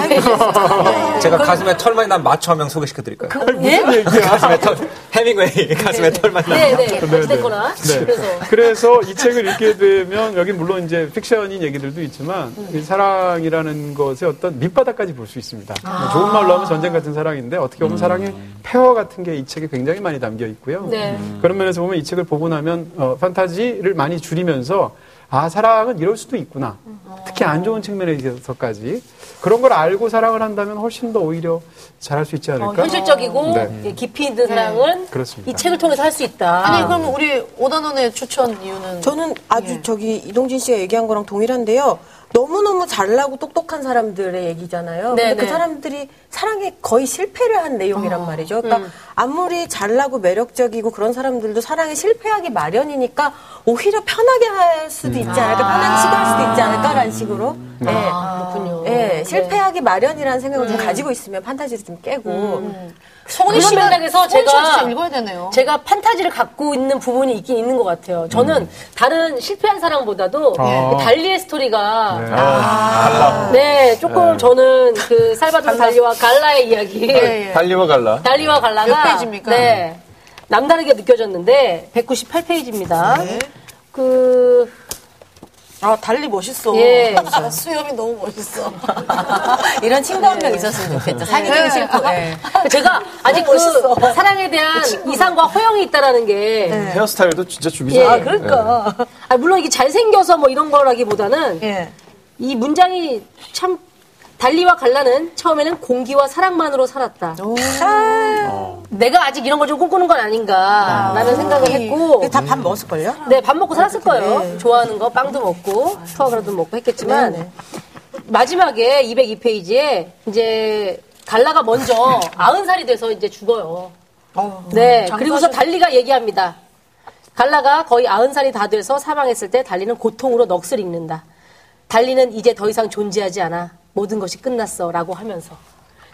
제가 가슴에 털만이 난 마초 한 명 소개시켜드릴까요? 그
네?
가슴에 털 해밍웨이 가슴에 털만 난
네, 네. 어찌됐거나. 그래서.
네. 그래서 이 책을 읽게 되면 여기 물론 이제 픽션인 얘기들도 있지만
음.
이 사랑이라는 것의 어떤 밑바닥까지 볼 수 있습니다.
아.
좋은 말로 하면 전쟁 같은 사랑인데 어떻게 보면 사랑의 폐허 같은 게 이 책에 굉장히 많이 담겨 있고요. 음.
네.
그런 면에서 보면 이 책을 보고 나면 어, 판타지를 많이 줄이면서 아 사랑은 이럴 수도 있구나.
음.
특히 안 좋은 측면에 있어서까지 그런 걸 알고 사랑을 한다면 훨씬 더 오히려 잘할 수 있지
어,
않을까.
현실적이고
네.
예, 깊이 있는 사랑은
그렇습니다.
이 책을 통해서 할 수 있다.
아니 그러면 우리 오단원의 추천
네.
이유는
저는 아주
예.
저기 이동진 씨가 얘기한 거랑 동일한데요. 너무너무 잘나고 똑똑한 사람들의 얘기잖아요.
네, 어.
근데 그
네.
사람들이 사랑에 거의 실패를 한 내용이란
음.
말이죠. 그러니까 아무리 잘나고 매력적이고 그런 사람들도 사랑에 실패하기 마련이니까 오히려 편하게 할 수도
음.
있지 않을까,
아.
편하게 시도할 수도 있지 않을까라는 식으로. 네.
그렇군요. 네. 음.
예, 실패하기 마련이라는 생각을 좀 가지고 있으면 판타지도 좀 깨고.
송은이
그런
씨가
맥락에서
송은이 씨가
제가-
진짜 읽어야 되네요.
제가 판타지를 갖고 있는 부분이 있긴 있는 것 같아요. 저는 다른 실패한 사랑보다도
음. 아.
그 달리의 스토리가 아.
네. 아.
네, 조금 저는 그 살바도르 달리와 갈라의 이야기.
달리와 갈라.
달리와 갈라가
네, 몇 페이지입니까?
네. 남다르게 느껴졌는데 198페이지입니다.
네.
그
아 달리 멋있어.
예.
아, 수염이 너무 멋있어.
[laughs] 이런 친구 한 명 있었으면
네.
좋겠죠. 사귀기 싫고. 예.
제가 아직 그
멋있어. 네.
사랑에 대한 이상과 호영이 있다라는 게
헤어스타일도 진짜
네. 예.
죽이잖아요. 네,
그러니까. 아, 물론 이게 잘생겨서 뭐 이런 거라기보다는
예.
이 문장이 참 달리와 갈라는 처음에는 공기와 사랑만으로 살았다. 아, 내가 아직 이런 걸 좀 꿈꾸는 건 아닌가라는 생각을 했고
네. 다 밥 먹었을걸요?
네, 밥 먹고 살았을 거예요. 좋아하는 거, 빵도 먹고, 투어그라도 먹고
네,
했겠지만, 마지막에 202페이지에 이제
[laughs]
갈라가 먼저 90살이 돼서 이제 죽어요. 네, 그리고서 달리가 얘기합니다. 갈라가 거의 90살이 다 돼서 사망했을 때 달리는 고통으로 넋을 잃는다. 달리는 이제 더 이상 존재하지 않아. 모든 것이 끝났어. 라고 하면서.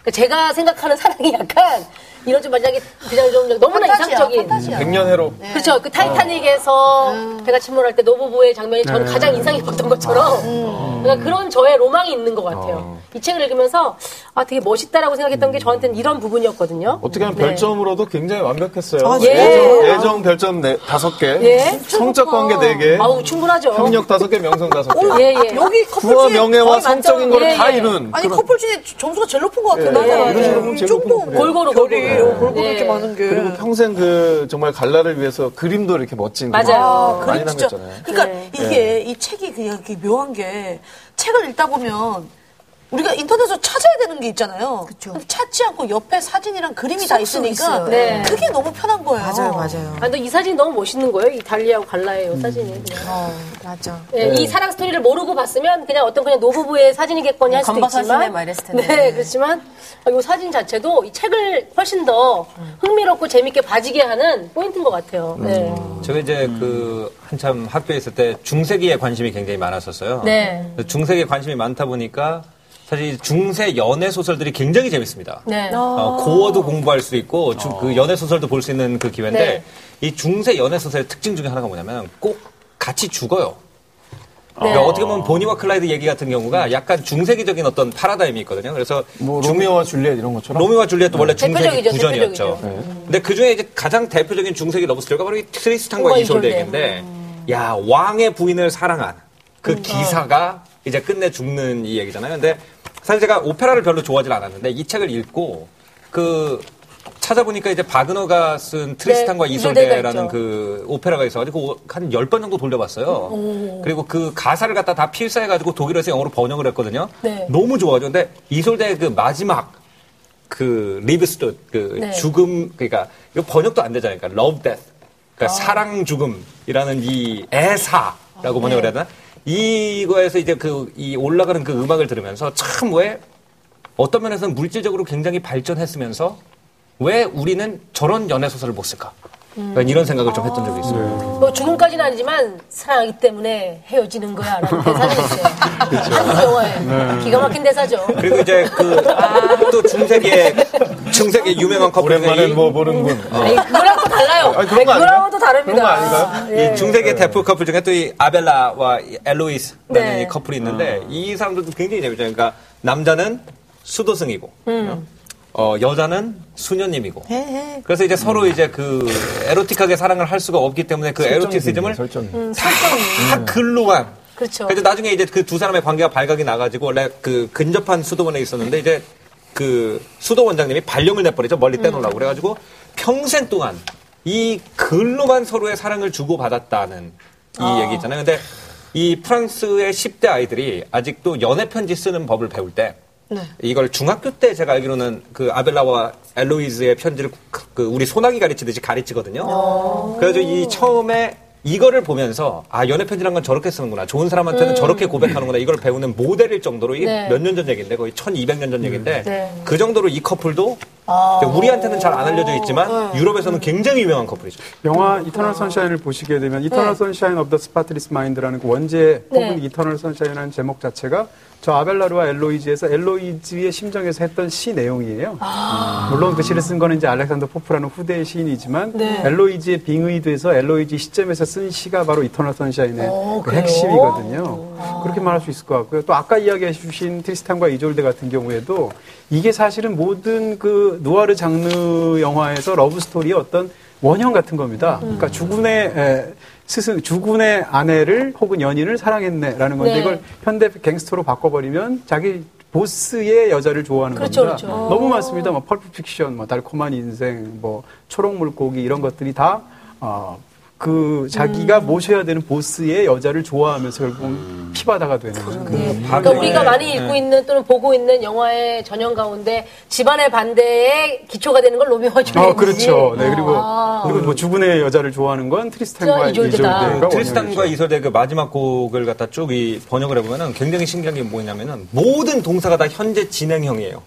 그러니까 제가 생각하는 사랑이 약간 이런 좀 만약에 그냥 좀 너무나
판타지야,
이상적인
음.
판타지야.
100년 해로.
그렇죠. 그 타이타닉에서
아.
배가 침몰할 때 노부부의 장면이 저는
네.
가장 인상 깊었던 것처럼
음.
그러니까 그런 저의 로망이 있는 것 같아요. 이 책을 읽으면서 아 되게 멋있다라고 생각했던 게 저한테는 이런 부분이었거든요.
음. 어떻게 하면
네.
별점으로도 굉장히 완벽했어요.
예.
애정, 애정 별점 네, 다섯 개,
예.
성적 관계 네 개,
아우 충분하죠.
협력 다섯 개, 명성 다섯 개.
예, 예.
아, 여기 커플
부와
중에
명예와
거의
성적인
만점.
거를 다
예.
이룬.
아니 커플 중에 점수가 제일 높은 것 같아요.
맞아요. 예, 이런 식으로 보면 제일 높은
좀도
커플이에요. 예.
골고루
결이
골고루.
어, 골고루
네.
이렇게
예.
많은 게.
그리고 평생 그 정말 갈라를 위해서 그림도 이렇게 멋진 그림
맞아요.
아,
많이
그림 진짜.
남겼잖아요. 예.
그러니까
예.
이게 이 책이 그냥 이렇게 묘한 게 책을 읽다 보면 우리가 인터넷에서 찾아야 되는 게 있잖아요. 근데 찾지 않고 옆에 사진이랑 그림이 다
쏙쏙
있으니까
있어요.
네.
그게 너무 편한 거예요.
맞아요, 맞아요.
아, 근데 이 사진이 너무 멋있는 거예요. 이 달리하고 갈라의 이 사진이.
음.
그냥.
맞아.
예,
네.
이 사랑 스토리를 모르고 봤으면 그냥 어떤 그냥 노부부의 사진이겠거니 할 수도
건바사시네
있지만
막 이랬을 텐데.
네, 그렇지만 이 사진 자체도 이 책을 훨씬 더
음.
흥미롭고 재밌게 봐지게 하는 포인트인 것 같아요. 네.
제가 이제 그 한참 학교에 있을 때 중세기에 관심이 굉장히 많았었어요.
네.
그래서 중세기에 관심이 많다 보니까 사실 중세 연애 소설들이 굉장히 재밌습니다.
네. 어.
어, 고어도 공부할 수 있고 주- 그 연애 소설도 볼 수 있는 그
네.
기회인데 이 중세 연애 소설의 특징 중에 하나가 뭐냐면 꼭 같이 죽어요.
네.
그러니까 어떻게 보면 보니와 클라이드 얘기 같은 경우가 약간 중세기적인 어떤 파라다임이 있거든요. 그래서
뭐 로미오와 줄리엣 이런 것처럼. 네.
로미오와 줄리엣도 원래 중세기
대표적이죠, 음.
구전이었죠. 근데 그 중에 이제 가장 대표적인 중세기 러브스토리가 바로 이 트리스탄과
뭐가
이솔드
이솔데.
얘기인데, 야 왕의 부인을 사랑한 그 기사가 이제 끝내 죽는 이 얘기잖아요. 근데 사실 제가 오페라를 별로 좋아하진 않았는데 이 책을 읽고 그 찾아보니까 이제 바그너가 쓴 트리스탄과
네,
이솔데라는
이솔데가
그 오페라가 있어가지고 한 열 번 정도 돌려봤어요. 그리고 그 가사를 갖다 다 필사해가지고 독일에서 영어로 번역을 했거든요.
네.
너무 좋아하죠. 근데 이솔데의 그 마지막 그 리브스토 그
네.
죽음 그러니까 이거 번역도 안 되잖아요. 그러니까 love death 그러니까 사랑 죽음이라는 이 애사라고 번역을 해야 되나? 이거에서 이제 그 이 올라가는 그 음악을 들으면서 참 왜 어떤 면에서는 물질적으로 굉장히 발전했으면서 왜 우리는 저런 연애 소설을 못 쓸까? 약간 이런 생각을 좀 했던 적이 있어요.
뭐 죽음까지는 아니지만 사랑하기 때문에 헤어지는 거야
[laughs]
라는 대사도 있어요. 한국 영화에
네.
기가 막힌 대사죠.
그리고 이제 그 또 중세기에 중세기 유명한 커플
오랜만에
중에
뭐 보는군.
아니, 그거랑 또 달라요.
아니, 그런 거
네,
아닌가요?
그거랑은 또 다릅니다.
그런 거 아닌가요?
이 중세계 대표 커플 중에 또 이 아벨라와 이 엘로이스라는
네.
이 커플이 있는데
아.
이 사람들도 굉장히 재밌죠. 그러니까 남자는 수도승이고
음.
어, 여자는 수녀님이고 그래서 이제 서로
음.
이제 그 에로틱하게 사랑을 할 수가 없기 때문에 그 에로티시즘을
음, 설정.
다, 다 글로만
그렇죠.
그래서 나중에 이제 그 두 사람의 관계가 발각이 나가지고 원래 그 근접한 수도원에 있었는데 이제 그 수도 원장님이 발령을 내버리죠 멀리
음.
떼놓으라고 그래가지고 평생 동안 이 글로만 서로의 사랑을 주고 받았다는 이 얘기 있잖아요. 근데 이 프랑스의 10대 아이들이 아직도 연애 편지 쓰는 법을 배울 때
네.
이걸 중학교 때 제가 알기로는 그 아벨라와 엘로이즈의 편지를 그 우리 소나기 가르치듯이
어.
가르치거든요. 그래서 이 처음에 이거를 보면서 아 연애 편지란 건 저렇게 쓰는구나 좋은 사람한테는 저렇게 고백하는구나 이걸 배우는 모델일 정도로
음. 네.
몇 년 전 얘기인데 거의 1200년 전 얘기인데
네. 아.
그 정도로 이 커플도 우리한테는 잘 안 알려져 있지만
네.
유럽에서는 굉장히 유명한 커플이죠.
영화 이터널 선샤인을 보시게 되면 이터널 선샤인 오브 더 스파트리스 마인드라는 그 원제 혹은
네.
이터널 선샤인이라는 제목 자체가 저 아벨라르와 엘로이즈에서 엘로이즈의 심정에서 했던 시 내용이에요. 물론 그 시를 쓴 거는 이제 알렉산더 포프라는 후대의 시인이지만
네.
엘로이즈의 빙의도에서 엘로이즈 시점에서 쓴 시가 바로 이터널 선샤인의
어,
그 핵심이거든요.
아.
그렇게 말할 수 있을 것 같고요. 또 아까 이야기해 주신 트리스탄과 이졸데 같은 경우에도 이게 사실은 모든 그 누아르 장르 영화에서 러브 스토리의 어떤 원형 같은 겁니다.
음.
그러니까 주군의 에, 스승, 주군의 아내를 혹은 연인을 사랑했네라는 건데
네.
이걸 현대 갱스터로 바꿔버리면 자기 보스의 여자를 좋아하는
그렇죠,
겁니다.
그렇죠.
너무 많습니다. 뭐 펄프 픽션, 뭐 달콤한 인생, 뭐 초록 물고기 이런 것들이 다 어, 그 자기가
음.
모셔야 되는 보스의 여자를 좋아하면서 결국 피바다가 되는 네. 거죠.
그러니까 우리가 많이 읽고 있는 또는 보고 있는 영화의 전형 가운데 집안의 반대에 기초가 되는 걸 로미오와 줄리엣이지.
어, 그렇죠. 네, 그리고
아.
그리고 뭐 주군의 여자를 좋아하는 건 음, 트리스탄과
이졸데다.
이졸데가
트리스탄과
네, 그러니까 원형이죠.
아, 이솔데 그 마지막 곡을 갖다 쭉 이 번역을 해보면은 굉장히 신기한 게 뭐냐면은 모든 동사가 다 현재 진행형이에요.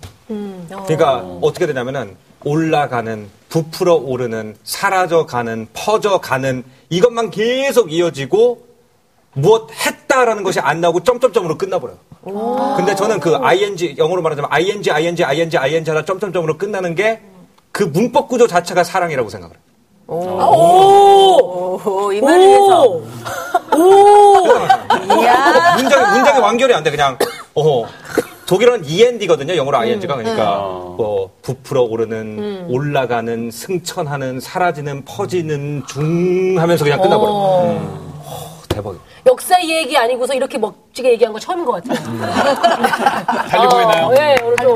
그러니까 어떻게 되냐면은 올라가는, 부풀어 오르는, 사라져가는, 퍼져가는 이것만 계속 이어지고 무엇 했다라는 것이 안 나오고 점점점으로 끝나버려요. 근데 저는 그 ing 영어로 말하자면 ing ing ing ing 하다 점점점으로 끝나는 게 그 문법 구조 자체가 사랑이라고 생각을 해요.
오, 이 말을 위해서. 이야.
문장이, 문장이 완결이 안 돼. 그냥, 어 독일어는 END거든요. 영어로 ING가. 그러니까,
아.
뭐, 부풀어 오르는, 올라가는, 승천하는, 사라지는, 퍼지는, 중 하면서 그냥 끝나버려. 음. 허, 대박이야.
역사 얘기 아니고서 이렇게 멋지게 얘기한 거 처음인 것 같아요. [laughs] 달리 보이나요? 네, 오늘 좀.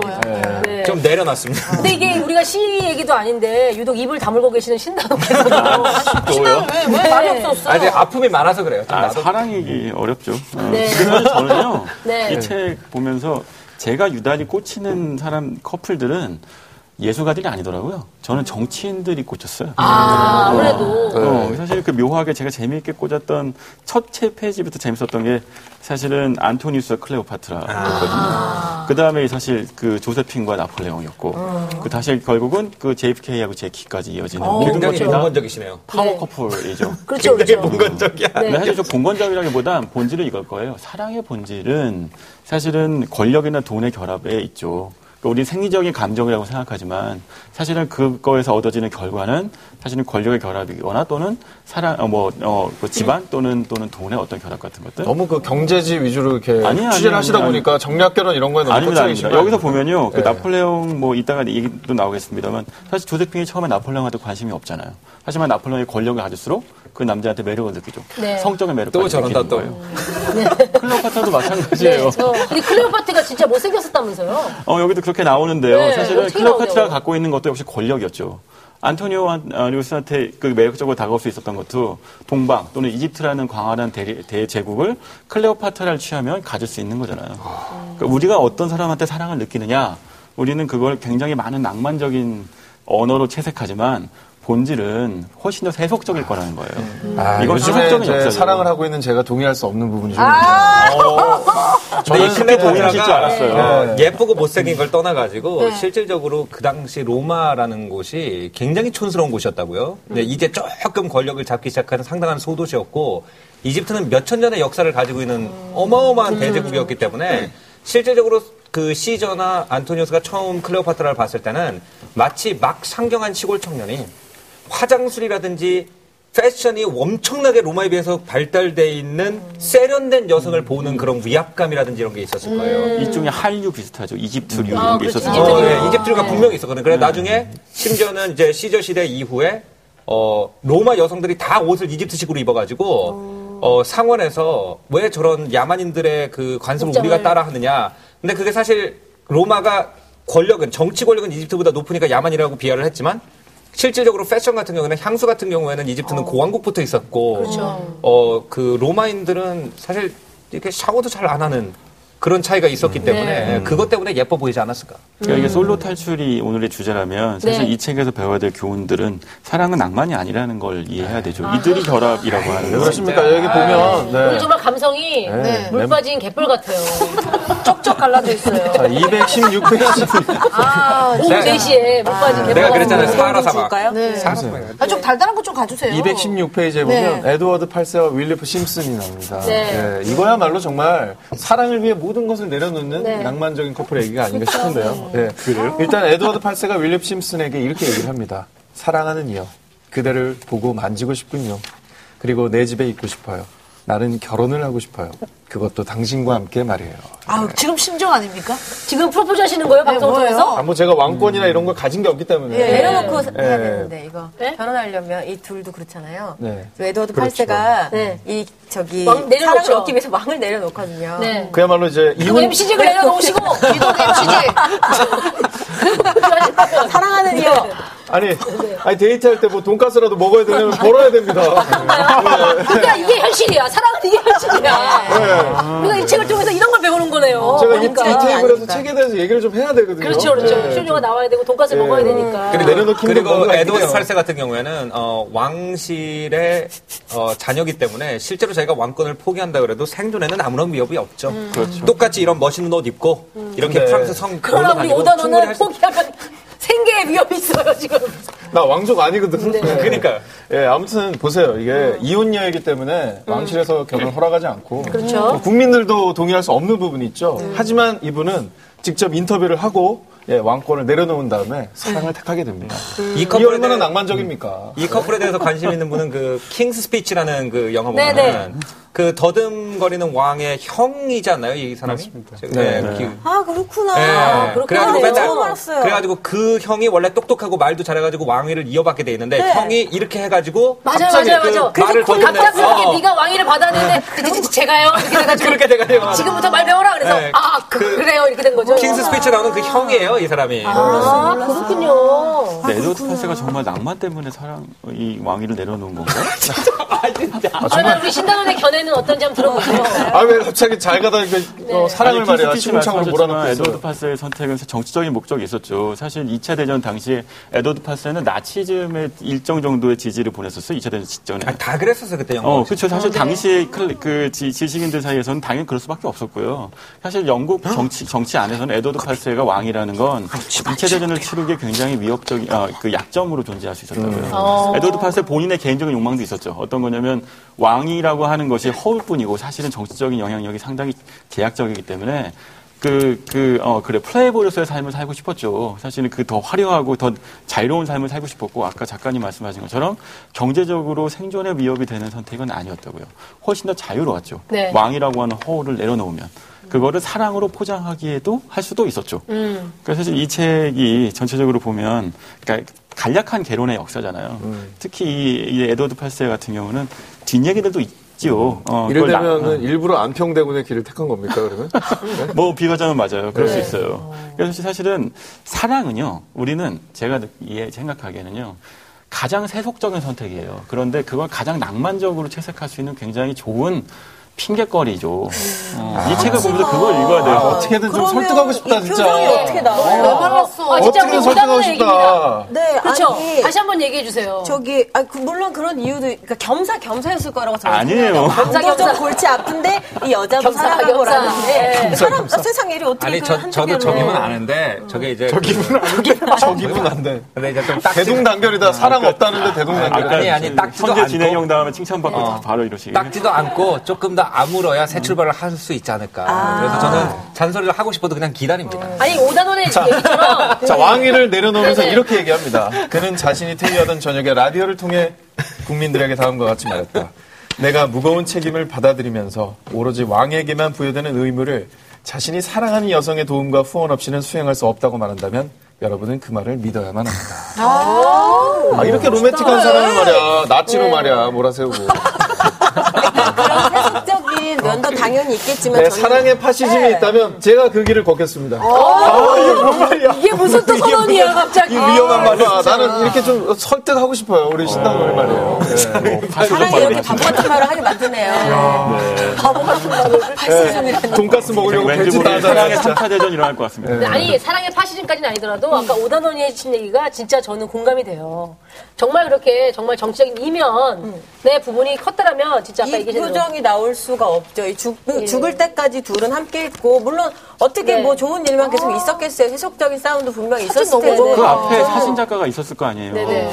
네.
좀 내려놨습니다.
근데 이게 우리가 시 얘기도 아닌데 유독 입을 다물고 계시는 신단호께서 네.
신앙 왜, 왜 말이 없었어?
[laughs] 아, 이제 아픔이 많아서 그래요. 좀
아,
나도.
사랑 얘기 어렵죠. 어,
네.
그래서 저는요,
네.
이 책 보면서 제가 유달리 꽂히는 사람, 커플들은 예술가들이 아니더라고요. 저는 정치인들이 꽂혔어요.
아, 아무래도
어, 사실 그 묘하게 제가 재미있게 꽂았던 첫 책 페이지부터 재밌었던 게 사실은 안토니우스와 클레오파트라였거든요. 그 다음에 사실 그 조세핀과 나폴레옹이었고, 그 다시 결국은 그 JFK하고 제키까지 이어지는 그렇죠. 모든
굉장히
것들이 다
동원적이시네요.
파워
네.
커플이죠.
그렇죠,
굉장히
그렇죠.
동원적이야.
근데 사실 좀 봉건적이라기보단 본질은 이걸 거예요. 사랑의 본질은 사실은 권력이나 돈의 결합에 있죠. 그러니까 우린 생리적인 감정이라고 생각하지만 사실은 그거에서 얻어지는 결과는 사실은 권력의 결합이거나 또는 사랑 어, 뭐 어, 그 집안 또는 또는 돈의 어떤 결합 같은 것들
너무 그 경제지 위주로 이렇게 취재를
아니에요, 아니에요,
하시다
아니에요.
보니까 정략 결혼 이런 거에 너무
아닙니다,
꽂혀계신
아닙니다.
거
여기서
아닙니까?
보면요, 그
예.
나폴레옹 뭐 이따가 얘기도 나오겠습니다만 사실 조세핑이 처음에 나폴레옹한테 관심이 없잖아요. 하지만 나폴레옹이 권력을 가질수록 그 남자한테 매력을 느끼죠.
네.
성적인 매력을
또 저런다, 또.
클레오파트라도
네,
마찬가지예요.
저- 근데 클레오파트가 진짜 못생겼었다면서요?
어, 여기도 그렇게 나오는데요.
네,
사실은
어떻게
클레오파트라가
나오냐고요.
갖고 있는 것도 역시 권력이었죠. 안토니오 안- 아, 리우스한테 그 매력적으로 다가올 수 있었던 것도 동방 또는 이집트라는 광활한 대, 대제국을 클레오파트라를 취하면 가질 수 있는 거잖아요. 그러니까 우리가 어떤 사람한테 사랑을 느끼느냐, 우리는 그걸 굉장히 많은 낭만적인 언어로 채색하지만 본질은 훨씬 더 세속적일 거라는 거예요.
아,
이건
요즘에
세속적인
이제
역사죠.
사랑을 하고 있는 제가 동의할 수 없는 부분이죠.
저는 네.
쉽게 동의하실 줄 알았어요. 네.
예쁘고 못생긴 걸 떠나가지고 실질적으로 그 당시 로마라는 곳이 굉장히 촌스러운 곳이었다고요. 근데 이제 조금 권력을 잡기 시작하는 상당한 소도시였고 이집트는 몇천 년의 역사를 가지고 있는 어마어마한 대제국이었기 때문에 실질적으로 그 시저나 안토니우스가 처음 클레오파트라를 봤을 때는 마치 막 상경한 시골 청년이 화장술이라든지 패션이 엄청나게 로마에 비해서 발달돼 있는 세련된 여성을 보는 그런 위압감이라든지 이런 게 있었을 거예요.
일종의 한류 비슷하죠. 이집트류
아, 네.
이런 게
그렇죠.
있었어요.
어,
이집트류.
예, 이집트류가 분명히 있었거든요. 그래 나중에 심지어는 이제 시저 시대 이후에 어, 로마 여성들이 다 옷을 이집트식으로 입어가지고 어, 상원에서 왜 저런 야만인들의 그 관습을
복장을.
우리가 따라하느냐. 근데 그게 사실 로마가 권력은 정치 권력은 이집트보다 높으니까 야만이라고 비하를 했지만. 실질적으로 패션 같은 경우에는 향수 같은 경우에는
어.
이집트는 고왕국부터 있었고
그렇죠.
어, 그 로마인들은 사실 이렇게 샤워도 잘 안 하는 그런 차이가 있었기
음.
때문에
네.
그것 때문에 예뻐 보이지 않았을까?
그러니까 이게 솔로 탈출이 오늘의 주제라면 사실
네.
이 책에서 배워야 될 교훈들은 사랑은 낭만이 아니라는 걸 이해해야
네.
되죠. 이들이 결합이라고 하는
아,
거.
그렇습니까? 여기 보면
오늘
네.
정말 감성이 물
네.
빠진 갯벌 같아요. [laughs]
쪽쪽 갈라져 있어요.
자, 216페이지.
어, 오후 4시에 물 빠진 갯벌
네. 내가
같은
어,
그랬잖아요.
거.
사하라 사막.
네. 아, 좀 달달한 거 좀 가주세요.
네.
216페이지에 보면 에드워드 8세와 윌리프 심슨이 나옵니다.
네.
예, 이거야말로 정말 사랑을 위해 모든 것을 내려놓는
네.
낭만적인 커플 얘기가 아닌가 싶은데요. 예. 일단 에드워드 8세가 윌리프 심슨에게 이렇게 얘기를 합니다. 사랑하는 이여, 그대를 보고 만지고 싶군요. 그리고 내 집에 있고 싶어요. 나는 결혼을 하고 싶어요. 그것도 당신과 함께 말이에요.
아, 지금 심정 아닙니까?
지금 프로포즈 하시는 거예요, 방송에서?
아, 뭐 제가 왕권이나 이런 걸 가진 게 없기 때문에.
네, 내려놓고
예.
해야 되는데 이거
네?
결혼하려면 이 둘도 그렇잖아요.
네.
그 에드워드 팔세가
네.
이 저기
왕 내려놓죠.
사랑을 얻기 위해서 왕을 내려놓거든요.
네.
그야말로 이제
그리고
이혼
MC직을 내려놓으시고,
네.
이동 MC직.
사랑하는 이유 네.
아니, 아니 데이트할 때 뭐 돈가스라도 먹어야 되냐면 벌어야 [laughs] 됩니다. 네.
그러니까 이게 현실이야. 사랑은 이게 현실이야. 우리가 이 책을 통해서 이런 걸 배우는 거네요.
어, 제가 이-
그러니까.
이 테이블에서
아니니까.
책에 대해서 얘기를 좀 해야 되거든요.
그렇죠, 그렇죠.
네.
쇼쇼가 나와야 되고, 돈가스 먹어야 되니까.
그리고 내려놓기 힘든
그리고
뭔가
에드워드
있긴 해요.
8세 같은 경우에는 어, 왕실의 어, 자녀기 때문에 실제로 자기가 왕권을 포기한다 그래도 생존에는 아무런 위협이 없죠. 똑같이 이런 멋있는 옷 입고 이렇게
그렇죠. 네.
프랑스 성
음. 그러나 우리
올라다니고 충분히
오단어는
할수
포기하면 생계의 위협이 있어요, 지금.
나 왕족 아니거든. 네.
그러니까요.
예, 아무튼 보세요. 이게 이혼녀이기 때문에 왕실에서 결혼 허락하지 않고
그렇죠.
국민들도 동의할 수 없는 부분이 있죠. 하지만 이분은 직접 인터뷰를 하고 예, 왕권을 내려놓은 다음에 사랑을 택하게 됩니다.
이
이
커플에
얼마나
대한
낭만적입니까?
이 커플에 대해서 관심 있는 분은 그 킹스 스피치라는 그 영화
네,
보면은 그 더듬거리는 왕의 형이잖아요, 이 사람이. 맞습니다. 네. 그-
아 그렇구나.
예.
그렇구나.
그래가지고
네,
맨날
처음 알았어요.
그래가지고 그 형이 원래 똑똑하고 말도 잘해가지고 왕위를 이어받게 돼 있는데 형이 이렇게 해가지고
맞아요,
갑자기
맞아요,
그
맞아요.
말을
그래서
더듬는
갑작스럽게
어,
네가 왕위를 받았는데, 그 제가요. 이렇게 돼가지고.
[laughs] 그렇게 돼가지고
지금부터 말 배워라. 그래서,
네.
아, 그,
그-
그래요. 이렇게 된 거죠.
킹스 스피치 나오는 그 형이에요, 이 사람이.
아, 그렇군요.
근데 에드워드 8세가 정말 낭만 때문에 사랑 이 왕위를 내려놓은 건가?
그러면 우리 신당원의 견해는 어떤지 한번 들어보죠.
아, 왜 갑자기 잘 가다 이렇게
네.
어, [laughs] 사랑을 말이야.
하
시궁창으로 몰아넣고 있어요.
에드워드 8세의 선택은 정치적인 목적이 있었죠. 사실 2차 대전 당시에 에드워드 8세는 나치즘에 일정 정도의 지지를 보냈었어요. 2차 대전 직전에.
아, 다 그랬었어, 그때 영화.
어, 그렇죠. 사실 당시에 클- 그 지, 식인들 사이에서는 당연히 그럴 수밖에 없었고요. 사실 영국 정치 정치 안에서는 에드워드 8세가 왕이라는 건 2차 대전을 치르기에 굉장히 위협적인 아, 그 약점으로 존재할 수 있었다고요. 에드워드 8세 본인의 개인적인 욕망도 있었죠. 어떤 거냐면 왕이라고 하는 것이 허울뿐이고 사실은 정치적인 영향력이 상당히 제약적이기 때문에 그, 그, 어, 그래. 플레이보이로서의 삶을 살고 싶었죠. 사실은 그 더 화려하고 더 자유로운 삶을 살고 싶었고, 아까 작가님 말씀하신 것처럼 경제적으로 생존의 위협이 되는 선택은 아니었다고요. 훨씬 더 자유로웠죠.
네.
왕이라고 하는 허우를 내려놓으면. 그거를 사랑으로 포장하기에도 할 수도 있었죠. 그러니까 사실 이 책이 전체적으로 보면, 그러니까 간략한 개론의 역사잖아요.
음.
특히 이, 이 에드워드 팔세 같은 경우는 뒷얘기들도 있지요. 어,
이를
그걸 나-
들면은 일부러 안평대군의 길을 택한 겁니까 그러면?
뭐 비과장은 맞아요. 그럴 수 있어요. 그래서 사실은 사랑은요. 우리는 제가 느- 예, 생각하기에는요. 가장 세속적인 선택이에요. 그런데 그걸 가장 낭만적으로 채색할 수 있는 굉장히 좋은 핑계거리죠. 어, 이 책을 보면서 그걸 읽어야 돼요.
어떻게든 좀
그러면
설득하고 싶다
이
진짜.
표정이 어떻게 나와요?
알았어. 아, 진짜 우리
어떻게든 설득하고
오답은 얘기입니다.
싶다.
네,
그렇죠.
아니,
다시 한번 얘기해 주세요.
저기 아, 그 물론 그런 이유도 그러니까 겸사겸사였을 거라고 저는
아니에요.
겸사 겸사
겸사겸사.
골치 아픈데 이 여자도
겸사, 겸사.
사랑하고라는데
네.
사람 아, 세상 일이 어떻게
아니,
그한
저, 저도
로
저기면 아는데, 저게 이제.
기분 안 돼. 저 기분 안 돼.
근데 이제 좀 딱.
대동단결이다. 사랑 없다는데 대동단결.
아니, 아니, 딱지도
현재
않고.
진행형 다음에 칭찬받고
어.
바로 이러시게.
닦지도 않고 조금 더 아물어야 새 출발을 할 수 있지 않을까. 그래서 저는 잔소리를 하고 싶어도 그냥 기다립니다.
아니 오단원의 얘기처럼
자, 왕위를 내려놓으면서
네네.
이렇게 얘기합니다. 그는 자신이 퇴위하던 저녁에 라디오를 통해 국민들에게 다음과 같이 말했다. 내가 무거운 책임을 받아들이면서 오로지 왕에게만 부여되는 의무를 자신이 사랑하는 여성의 도움과 후원 없이는 수행할 수 없다고 말한다면 여러분은 그 말을 믿어야만 합니다. 아, 이렇게 로맨틱한 사람을 말이야.
네.
나치로 말이야. 몰아세우고.
그런 세속적인
어.
면도 당연히 있겠지만
네,
저는
사랑의 파시즘이
네. 어,
있다면 제가 그 길을 걷겠습니다. 아, 이게 뭔 말이야.
이게 무슨 또 선언이야 갑자기.
이
아,
위험한 말이야. 나는 이렇게 좀 설득하고 싶어요. 우리 신당을 말이에요. 네.
사랑이 이렇게 바보 같은 말을 하게 만드네요. 바보 같은 말을 팔세상이라는
돈가스 먹으려고
그
왠지
돼지
모르게
따잖아.
사랑의 3차 대전 일어날 것 같습니다.
네, 아니 사랑의 파시즘까지는 아니더라도 아까 오단원이 해주신 얘기가 진짜 저는 공감이 돼요. 정말 그렇게 정말 정치적인 이면의 부분이 컸다라면 진짜 아까
이
얘기하신 대로
표정이 나올 수가 없죠. 이 죽, 죽을 때까지 둘은 함께 있고 물론 어떻게
예. 네.
뭐 좋은 일만 계속 있었겠어요. 세속적인 싸움도 분명히 있었을
너무
텐데.
그 앞에 사진 작가가 있었을 거 아니에요.
네네.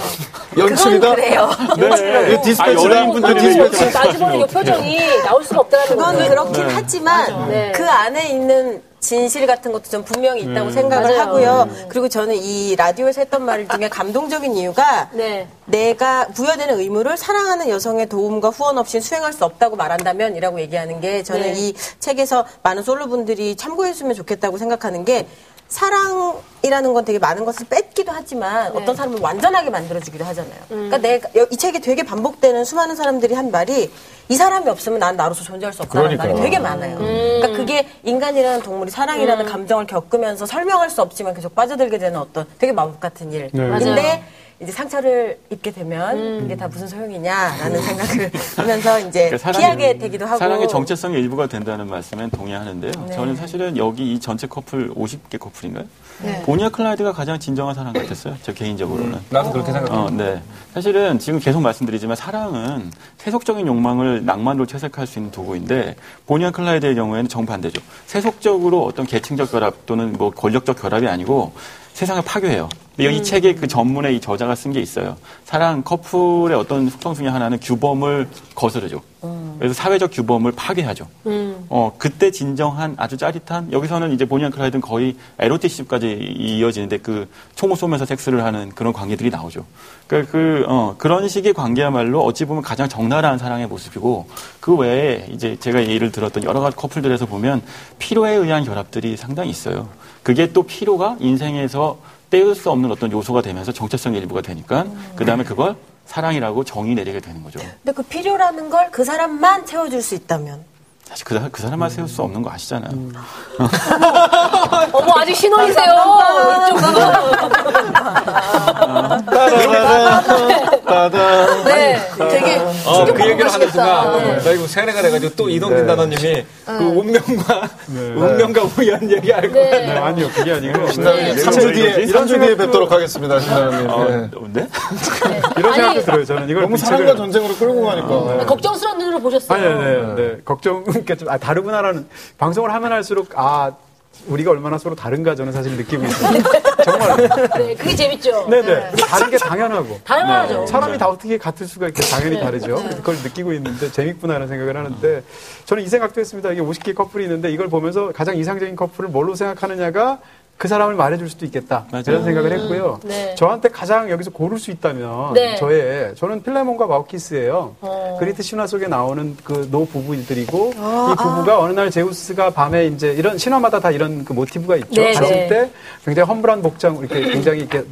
[laughs]
연출이다?
그래요.
네.
이거 디스패치다.
아, 연예인분들이 왜 이렇게
디스패치.
마지 보는 이 표정이 나올 수가 없다라는
그건
거죠.
그렇긴 하지만
네.
그 안에 있는 진실 같은 것도 좀 분명히 있다고
음.
생각을
맞아요. 네.
하고요. 그리고 저는 이 라디오에서 했던 말 중에 감동적인 이유가
네.
내가 부여되는 의무를 사랑하는 여성의 도움과 후원 없이 수행할 수 없다고 말한다면이라고 얘기하는 게
네.
저는 이 책에서 많은 솔로분들이 참고했으면 좋겠다고 생각하는 게 사랑이라는 건 되게 많은 것을 뺏기도 하지만 어떤 사람을 완전하게 만들어주기도 하잖아요. 그러니까 내가 여- 이 책에 되게 반복되는 수많은 사람들이 한 말이 이 사람이 없으면 난 나로서 존재할 수 없다는 말이
그러니까요.
되게 많아요. 그러니까 그게 인간이라는 동물이 사랑이라는 감정을 겪으면서 설명할 수 없지만 계속 빠져들게 되는 어떤 되게 마법 같은 일.
네.
근데 이제 상처를 입게 되면 이게 다 무슨 소용이냐라는 생각을 하면서 이제
그러니까
네,
사랑의-
피하게 되기도 하고 네.
사랑의 정체성의 일부가 된다는 말씀엔 동의하는데요. 저는 사실은 여기 이 전체 커플 50개 커플인가요?
네.
보니아 클라이드가 가장 진정한 사랑 같았어요. 저 개인적으로는.
나도 그렇게 생각해요.
어, 네. 사실은 지금 계속 말씀드리지만 사랑은 세속적인 욕망을 낭만으로 채색할 수 있는 도구인데 보니아 클라이드의 경우에는 정반대죠. 세속적으로 어떤 계층적 결합 또는 뭐 권력적 결합이 아니고 세상을 파괴해요. 근데
음.
이 책의 그 전문의 이 저자가 쓴 게 있어요. 사랑 커플의 어떤 속성 중에 하나는 규범을 거스르죠.
음.
그래서 사회적 규범을 파괴하죠. 어 그때 진정한 아주 짜릿한 여기서는 이제 보니안 클라이드는 거의 에로티시까지 이어지는데 그 총을 쏘면서 섹스를 하는 그런 관계들이 나오죠. 그러니까 그 어, 그런 식의 관계야말로 어찌 보면 가장 적나라한 사랑의 모습이고 그 외에 이제 제가 예를 들었던 여러 가지 커플들에서 보면 피로에 의한 결합들이 상당히 있어요. 그게 또 피로가 인생에서 떼울 수 없는 어떤 요소가 되면서 정체성의 일부가 되니까 그 다음에 그걸 사랑이라고 정의 내리게 되는 거죠.
근데 그 필요라는 걸 그 사람만 채워줄 수 있다면
사실 그, 사- 그 사람만 세울 수 없는 거 아시잖아요.
어머 아직 신혼이세요. 이쪽으로.
따단.
네.
되게
어, 그 얘기를 하는
충격받으시겠다. 네.
순간 나 이거 세례가 돼가지고 또 이동진 단원님이 그 운명과 운명과 우연 얘기할 거.
네.
아니요, 그게 아니고.
신나는
네.
3주 뒤에,
이거지?
이런 주 뒤에 뵙도록 하겠습니다, 신나는
어,
님. 네.
네?
이런
아니.
생각도 들어요. 저는 이걸 그
너무
이 책을-
사랑과 전쟁으로 끌고 가니까.
걱정스러운 눈으로 보셨어요.
예, 아니, 네, 네, 네. 걱정, 그러니까 좀, 아, 다르구나라는, 방송을 하면 할수록, 아, 우리가 얼마나 서로 다른가 저는 사실
[laughs]
느끼고 있어요. 정말.
네, 그게 재밌죠.
네네. 다른 게 당연하고.
당연하죠. 네.
사람이 다 어떻게 같을 수가 있게 당연히 다르죠. 그래서 그걸 느끼고 있는데 재밌구나라는 생각을 하는데 저는 이 생각도 했습니다. 이게 50개 커플이 있는데 이걸 보면서 가장 이상적인 커플을 뭘로 생각하느냐가 그 사람을 말해줄 수도 있겠다.
맞아요.
이런 생각을 했고요.
네.
저한테 가장 여기서 고를 수 있다면
네. 어.
저의 저는 필레몬과 마우키스예요. 그리트 신화 속에 나오는 그 노 부부들이고
아,
이 부부가 어느 날 제우스가 밤에 이제 이런 신화마다 다 이런 그 모티브가 있죠.
네,
갔을
네.
때 굉장히 험불한 복장 이렇게 굉장히 이렇게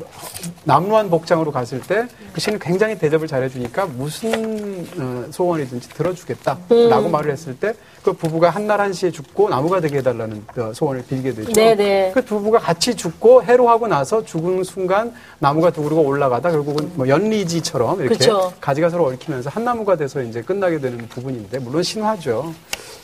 남루한 복장으로 갔을 때 그 신은 굉장히 대접을 잘해주니까 무슨 어, 소원이든지 들어주겠다라고
음.
말을 했을 때 그 부부가 한날 한시에 죽고 나무가 되게 해달라는 어, 소원을 빌게 되죠.
네, 네.
그 부부가 같이 죽고 해로하고 나서 죽은 순간 나무가 두그르고 올라가다 결국은 뭐 연리지처럼 이렇게
그쵸.
가지가 서로 얽히면서 한 나무가 돼서 이제 끝나게 되는 부분인데 물론 신화죠.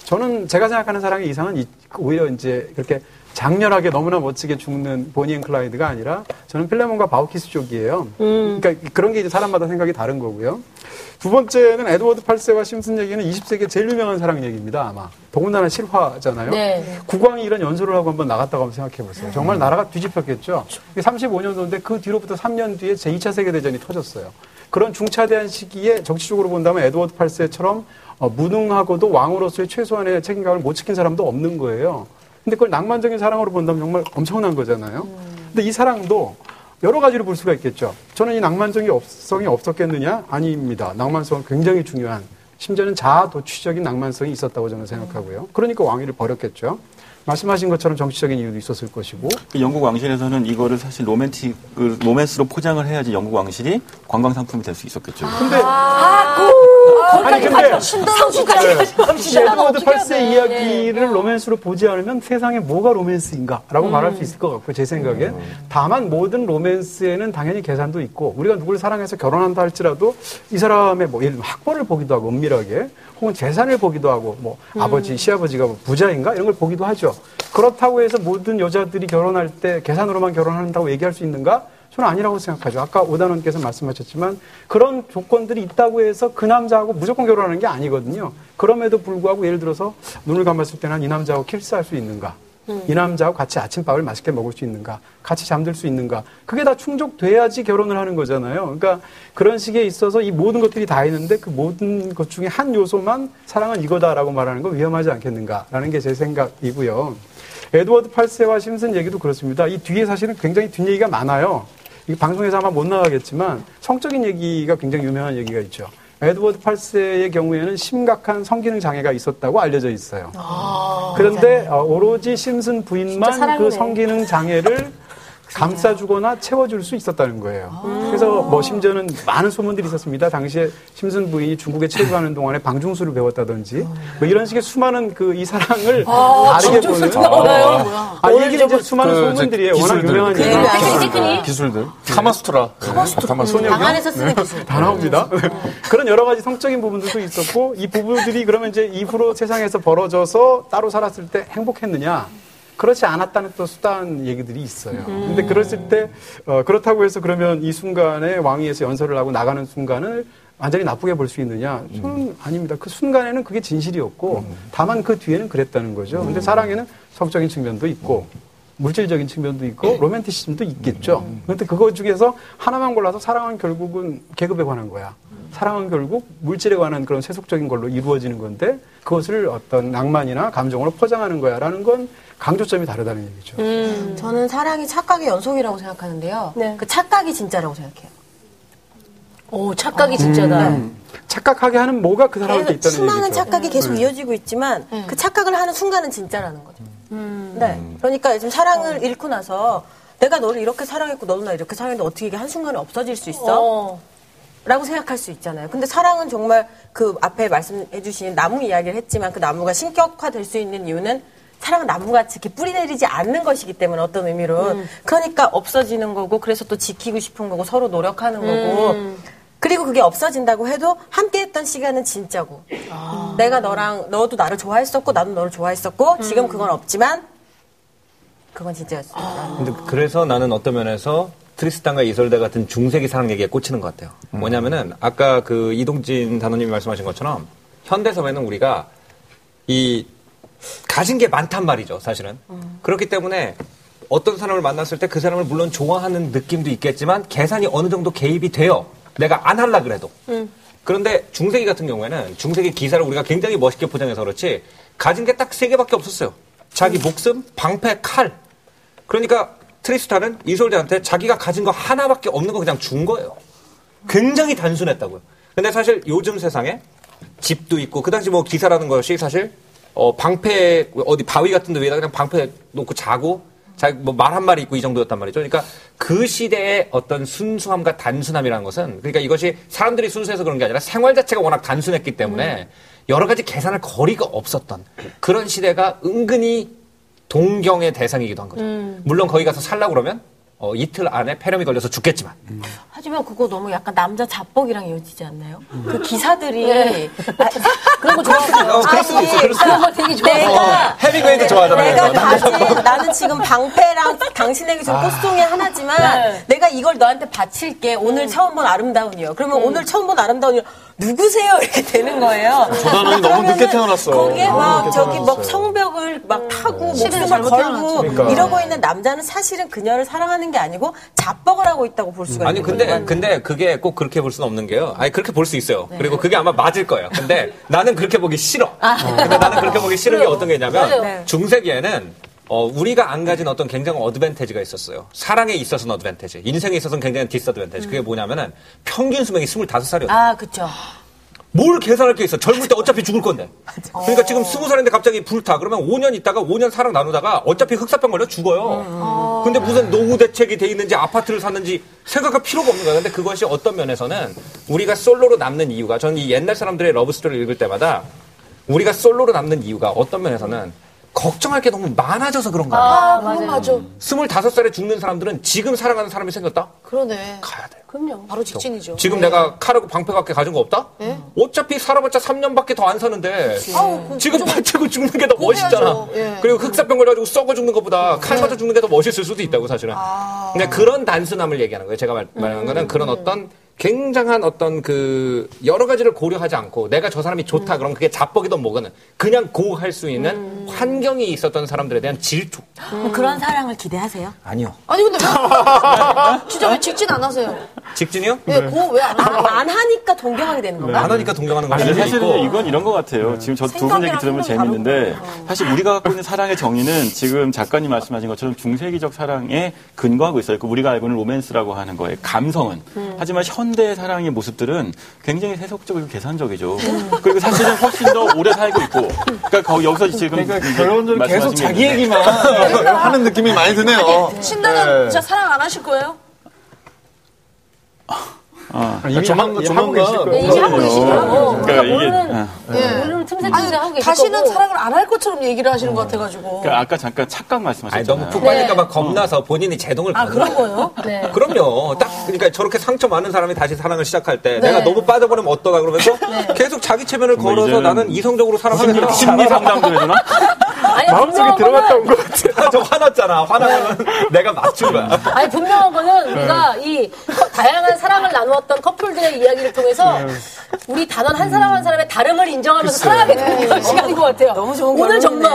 저는 제가 생각하는 사랑의 이상은 이- 오히려 이제 그렇게 장렬하게 너무나 멋지게 죽는 보니 앤 클라이드가 아니라 저는 필레몬과 바우키스 쪽이에요.
음.
그러니까 그런 게 이제 사람마다 생각이 다른 거고요. 두 번째는 에드워드 8세와 심슨 얘기는 20세기의 제일 유명한 사랑 얘기입니다, 아마. 더군다나 실화잖아요.
네.
국왕이 이런 연설을 하고 한번 나갔다고 한번 생각해 보세요. 정말 나라가 뒤집혔겠죠. 35년도인데 그 뒤로부터 3년 뒤에 제2차 세계대전이 터졌어요. 그런 중차대한 시기에 정치적으로 본다면 에드워드 8세처럼 어, 무능하고도 왕으로서의 최소한의 책임감을 못 지킨 사람도 없는 거예요. 근데 그걸 낭만적인 사랑으로 본다면 정말 엄청난 거잖아요. 근데 이 사랑도 여러 가지로 볼 수가 있겠죠. 저는 이 낭만적인 없성이 없었겠느냐? 아닙니다. 낭만성은 굉장히 중요한, 심지어는 자아도취적인 낭만성이 있었다고 저는 생각하고요. 그러니까 왕위를 버렸겠죠. 말씀하신 것처럼 정치적인 이유도 있었을 것이고,
그 영국 왕실에서는 이거를 사실 로맨틱, 그 로맨스로 포장을 해야지 영국 왕실이 관광 상품이 될 수 있었겠죠.
근데
거기까지
아니, 근데- 네.
가죠. 상수까지 가죠.
에드워드
네,
8세 이야기를 로맨스로 보지 않으면 세상에 뭐가
음.
로맨스인가라고 말할 수 있을 것 같고 제 생각엔 다만 모든 로맨스에는 당연히 계산도 있고 우리가 누구를 사랑해서 결혼한다 할지라도 이 사람의 뭐 예를 들면 학벌을 보기도 하고 은밀하게 혹은 재산을 보기도 하고 뭐
음.
아버지 시아버지가 뭐 부자인가 이런 걸 보기도 하죠 그렇다고 해서 모든 여자들이 결혼할 때 계산으로만 결혼한다고 얘기할 수 있는가? 저는 아니라고 생각하죠. 아까 오단원께서 말씀하셨지만 그런 조건들이 있다고 해서 그 남자하고 무조건 결혼하는 게 아니거든요. 그럼에도 불구하고 예를 들어서 눈을 감았을 때는 이 남자하고 키스할 수 있는가? 이 남자하고 같이 아침밥을 맛있게 먹을 수 있는가? 같이 잠들 수 있는가? 그게 다 충족돼야지 결혼을 하는 거잖아요. 그러니까 그런 식에 있어서 이 모든 것들이 다 있는데 그 모든 것 중에 한 요소만 사랑은 이거다라고 말하는 건 위험하지 않겠는가라는 게 제 생각이고요. 에드워드 8세와 심슨 얘기도 그렇습니다. 이 뒤에 사실은 굉장히 뒷얘기가 많아요. 이 방송에서 아마 못 나가겠지만 성적인 얘기가 굉장히 유명한 얘기가 있죠. 에드워드 8세의 경우에는 심각한 성기능 장애가 있었다고 알려져 있어요. 그런데 어, 오로지 심슨 부인만 그 성기능 장애를 감싸주거나 채워줄 수 있었다는 거예요. 그래서 뭐 심지어는 많은 소문들이 있었습니다. 당시에 심슨 부인이 중국에 체류하는 동안에 방중수를 배웠다든지 뭐 이런 식의 수많은 그 이 사랑을 다르게 보는 아, 아, 이게 이제 수많은
그 이제
소문들이에요. 워낙
기술들.
유명한
그
얘기.
테크니.
기술들. 카마수트라. 카마수트라.
방 안에서 쓰는
[laughs]
기술.
다 나옵니다. 그런 여러 가지 성적인 부분들도 있었고 이 부부들이 그러면 이제 이후로 세상에서 벌어져서 따로 살았을 때 행복했느냐? 그렇지 않았다는 또 수단 얘기들이 있어요. 근데 그랬을 때 어, 그렇다고 해서 그러면 이 순간에 왕위에서 연설을 하고 나가는 순간을 완전히 나쁘게 볼 수 있느냐? 저는 아닙니다. 그 순간에는 그게 진실이었고 다만 그 뒤에는 그랬다는 거죠. 근데 사랑에는 성적인 측면도 있고 물질적인 측면도 있고 로맨티시즘도 있겠죠. 그런데 그거 중에서 하나만 골라서 사랑은 결국은 계급에 관한 거야. 사랑은 결국 물질에 관한 그런 세속적인 걸로 이루어지는 건데 그것을 어떤 낭만이나 감정으로 포장하는 거야라는 건 강조점이 다르다는 얘기죠.
저는 사랑이 착각의 연속이라고 생각하는데요.
음. 네.
그 착각이 진짜라고 생각해요.
오, 착각이 진짜다.
네. 착각하게 하는 뭐가 아, 그 사람한테
음. 계속
있다는
수많은
얘기죠. 음. 네.
착각이 계속 이어지고 있지만
네.
그 착각을 하는 순간은 진짜라는 거죠.
음.
네.
음.
그러니까 요즘 사랑을 잃고 나서 내가 너를 이렇게 사랑했고 너도 나 이렇게 사랑했는데 어떻게 이게 한순간에 없어질 수 있어?
어.
라고 생각할 수 있잖아요. 근데 사랑은 정말 그 앞에 말씀해주신 나무 이야기를 했지만 그 나무가 신격화될 수 있는 이유는 사랑은 나무같이 이렇게 뿌리 내리지 않는 것이기 때문에 어떤 의미로 그러니까 없어지는 거고 그래서 또 지키고 싶은 거고 서로 노력하는 거고 그리고 그게 없어진다고 해도 함께했던 시간은 진짜고 내가 너랑 너도 나를 좋아했었고 나도 너를 좋아했었고 지금 그건 없지만 그건 진짜였어.
근데 그래서 나는 어떤 면에서 트리스탄과 이솔데 같은 중세기 사랑 얘기에 꽂히는 것 같아요. 뭐냐면은 아까 그 이동진 단원님이 말씀하신 것처럼 현대 사회는 우리가 이 가진 게 많단 말이죠, 사실은. 그렇기 때문에 어떤 사람을 만났을 때 그 사람을 물론 좋아하는 느낌도 있겠지만 계산이 어느 정도 개입이 돼요. 내가 안 할라 그래도. 그런데 중세기 같은 경우에는 중세기 기사를 우리가 굉장히 멋있게 포장해서 그렇지 가진 게 딱 세 개밖에 없었어요. 자기 목숨, 방패, 칼. 그러니까 트리스탄은 이솔드한테 자기가 가진 거 하나밖에 없는 거 그냥 준 거예요. 굉장히 단순했다고요. 근데 사실 요즘 세상에 집도 있고 그 당시 뭐 기사라는 것이 사실 어, 방패 어디 바위 같은 데 위에다 그냥 방패 놓고 자고 자기 뭐말 한 마리 있고 이 정도였단 말이죠. 그러니까 그 시대의 어떤 순수함과 단순함이라는 것은 그러니까 이것이 사람들이 순수해서 그런 게 아니라 생활 자체가 워낙 단순했기 때문에 여러 가지 계산할 거리가 없었던 그런 시대가 은근히 동경의 대상이기도 한 거죠.
음.
물론 거기 가서 살라 그러면 어, 이틀 안에 폐렴이 걸려서 죽겠지만
하지만 그거 너무 약간 남자 자뻑이랑 이어지지 않나요? 그 기사들이 아,
그런 거 좋아하세요?
어, 그럴 수도 있어, 그럴 수도
그런 거 되게
네.
좋아해요.
내가 네,
헤비웨이도 좋아하잖아요.
내가 가진 나는 지금 방패랑 당신에게 준 꽃송이 하나지만 내가 이걸 너한테 바칠게 오늘 처음 본 아름다운 이유 그러면 오늘 처음 본 아름다운 이유 누구세요 이렇게 되는 거예요
조단원이 너무
그러면은
늦게 태어났어.
거기에
너무
막
늦게
저기 막
태어났어요.
성벽을 막 타고
시대를
목숨을
잘못
걸고
태어났죠.
이러고 있는 남자는 사실은 그녀를 사랑하는 게 아니고 자뻑을 하고 있다고 볼 수가
음. 아니
있는 거예요
음.
근데 근데 그게 꼭 그렇게 볼 수는 없는 게요. 아니 그렇게 볼 수 있어요.
네.
그리고 그게 아마 맞을 거예요. 근데 나는 그렇게 보기 싫어. 근데 나는 그렇게 보기 싫은 게 어떤
아. 맞아요.
게냐면
네.
중세기에는 어, 우리가 안 가진 어떤 굉장한 어드밴테지가 있었어요. 사랑에 있어서는 어드밴테지, 인생에 있어서는 굉장히 디스어드밴테지. 그게 뭐냐면은 평균 수명이 25살이었어요.
아 그쵸
뭘 계산할 게 있어. 젊을 때 어차피 죽을 건데. 그러니까 지금 스무 살인데 갑자기 불타. 그러면 5년 있다가 5년 사랑 나누다가 어차피 흑사병 걸려 죽어요. 근데 무슨 노후 대책이 돼 있는지 아파트를 샀는지 생각할 필요가 없는 거야. 근데 그것이 어떤 면에서는 우리가 솔로로 남는 이유가 저는 이 옛날 사람들의 러브 스토리를 읽을 때마다 우리가 솔로로 남는 이유가 어떤 면에서는 걱정할 게 너무 많아져서 그런 거 아니야.
아, 그건 맞아.
스물다섯 살에 죽는 사람들은 지금 사랑하는 사람이 생겼다?
그러네.
가야 돼.
그럼요.
바로 직진이죠.
지금 내가 칼하고 방패밖에 가진 거 없다? 어차피 살아봤자 3년밖에 더 안 사는데
아우, 그-
지금 팔차고 죽는 게 더 멋있잖아.
고해야죠. 예.
그리고 흑사병 걸려가지고 썩어 죽는 것보다 칼 맞아 죽는 게 더 멋있을 수도 있다고 사실은.
아.
근데 그런 단순함을 얘기하는 거예요. 제가 말,
음.
말하는 거는 그런 어떤 굉장한 어떤 그 여러 가지를 고려하지 않고 내가 저 사람이
음.
좋다 그럼 그게 자뻑이든 뭐든 그냥 고할 수 있는 환경이 있었던 사람들에 대한 질투.
그런 사랑을 기대하세요?
아니요.
아니, 근데 왜, 진짜 왜 직진 안 하세요?
직진이요?
예, 그거 왜안 하세요?
아, 안 하니까 동경하게 되는 건가?
네.
안 하니까 동경하는 거
아니,
아니에요?
사실은 이건 이런 것 같아요. 지금 저 두 분 얘기 들으면 재밌는데 사실 우리가 갖고 있는 사랑의 정의는 지금 작가님 말씀하신 것처럼 중세기적 사랑에 근거하고 있어요. 그 우리가 알고 있는 로맨스라고 하는 거예요. 감성은. 하지만 현대의 사랑의 모습들은 굉장히 세속적이고 계산적이죠. 그리고 사실은 훨씬 더 오래 살고 있고. 그러니까 거- 여기서 지금
그러니까
이제
결론적으로 계속
말씀하신 게
자기
있는데
얘기만 [laughs] 하는 느낌이 많이 드네요.
신나는
네.
진짜 사랑 안 하실 거예요?
어.
이미
조만간-
하- 이미 하고
조만간-
계실 거예요.
네, 이미 하고 계시더라고.
그러니까
그러니까
이게-
모르는, 네,
예.
모르는 틈새 틈새 하고 계실
다시는
거고.
사랑을 안 할 것처럼 얘기를 하시는 것 같아까지고.
그러니까 아까 잠깐 착각
아니
말씀하셨잖아요.
너무 푹 빠질까봐 겁나서 본인이 제동을
네. 아,
거는
그런 거예요? [laughs]
네.
그럼요. 딱 그러니까 저렇게 상처 많은 사람이 다시 사랑을 시작할 때 내가
네.
너무 빠져버리면 어떠다 그러면서 계속 자기 체면을
정말
걸어서
이제는
나는 이성적으로 사랑하겠다.
심리 상담 좀 해주나?
아니, 분명한
마음속에
거는,
들어갔다 온것 같아요.
저 [laughs] 화났잖아. 화나면 내가 맞춘 거야.
[laughs] 아니, 분명한 거는 우리가 이 커- 다양한 사랑을 나누었던 커플들의 이야기를 통해서 우리 단원 한 사람 한 사람의 다름을 인정하면서 살아가게 되는
네.
그런 시간인 것 같아요. 너무 좋은 오늘 정말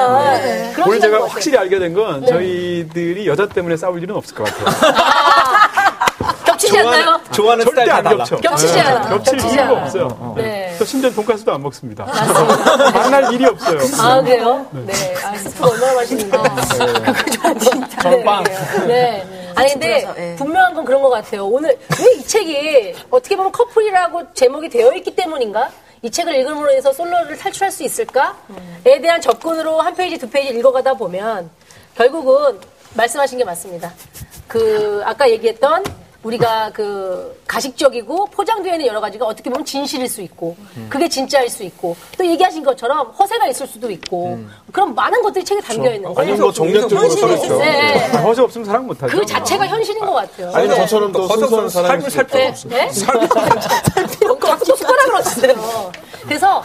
그런
오늘
시간인 것
제가
같아요.
확실히 알게 된
네.
건 저희들이 여자 때문에 싸울 일은 없을 것 같아요.
겹치지 않나요?
좋아하는
절대
스타일이 다
안
달라.
겹쳐. 네.
겹치지 않아.
겹칠
겹치지
이유가
않아.
없어요.
네.
[laughs] 저 심지어 돈가스도 안 먹습니다. 만날 일이 없어요.
아, 그래요? 네. 아, 스프 얼마나
아,
맛있는가.
전빵.
네. 아니 근데 분명한 건 그런 것 같아요. 오늘 왜 이 책이 어떻게 보면 커플이라고 제목이 되어 있기 때문인가? 이 책을 읽음으로 해서 솔로를 탈출할 수 있을까?에 대한 접근으로 한 페이지 두 페이지 읽어가다 보면 결국은 말씀하신 게 맞습니다. 그 아까 얘기했던 우리가 그 가식적이고 포장되어 있는 여러 가지가 어떻게 보면 진실일 수 있고 그게 진짜일 수 있고 또 얘기하신 것처럼 허세가 있을 수도 있고 그런 많은 것들이 책에 담겨 있는 거예요.
아니면 뭐 정략적으로
현실이
그렇죠.
네.
허세 아, 없으면 사랑 못하죠.
그 자체가 현실인 것 같아요.
아니, 저처럼 또 순수한
거기서
사랑이
삶을 살 필요가 없어.
네? [laughs] 갑자기 숟가락을 얹으세요. 그래서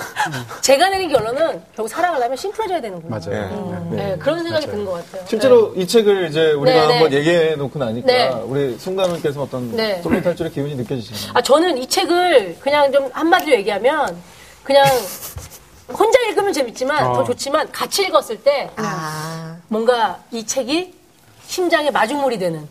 제가 내린 결론은 결국 사랑을 하면 심플해져야 되는구나.
맞아요. 네.
네, 그런 생각이 드는 것 같아요.
실제로 이 책을 이제 우리가
네, 네.
한번 얘기해 놓고 나니까
네.
우리 송가님께서 어떤
네.
솔로 탈출의 기운이 느껴지시나요?
아, 저는 이 책을 그냥 좀 한마디로 얘기하면 그냥 혼자 읽으면 재밌지만 더
어.
좋지만 같이 읽었을 때 뭔가 이 책이 심장의 마중물이 되는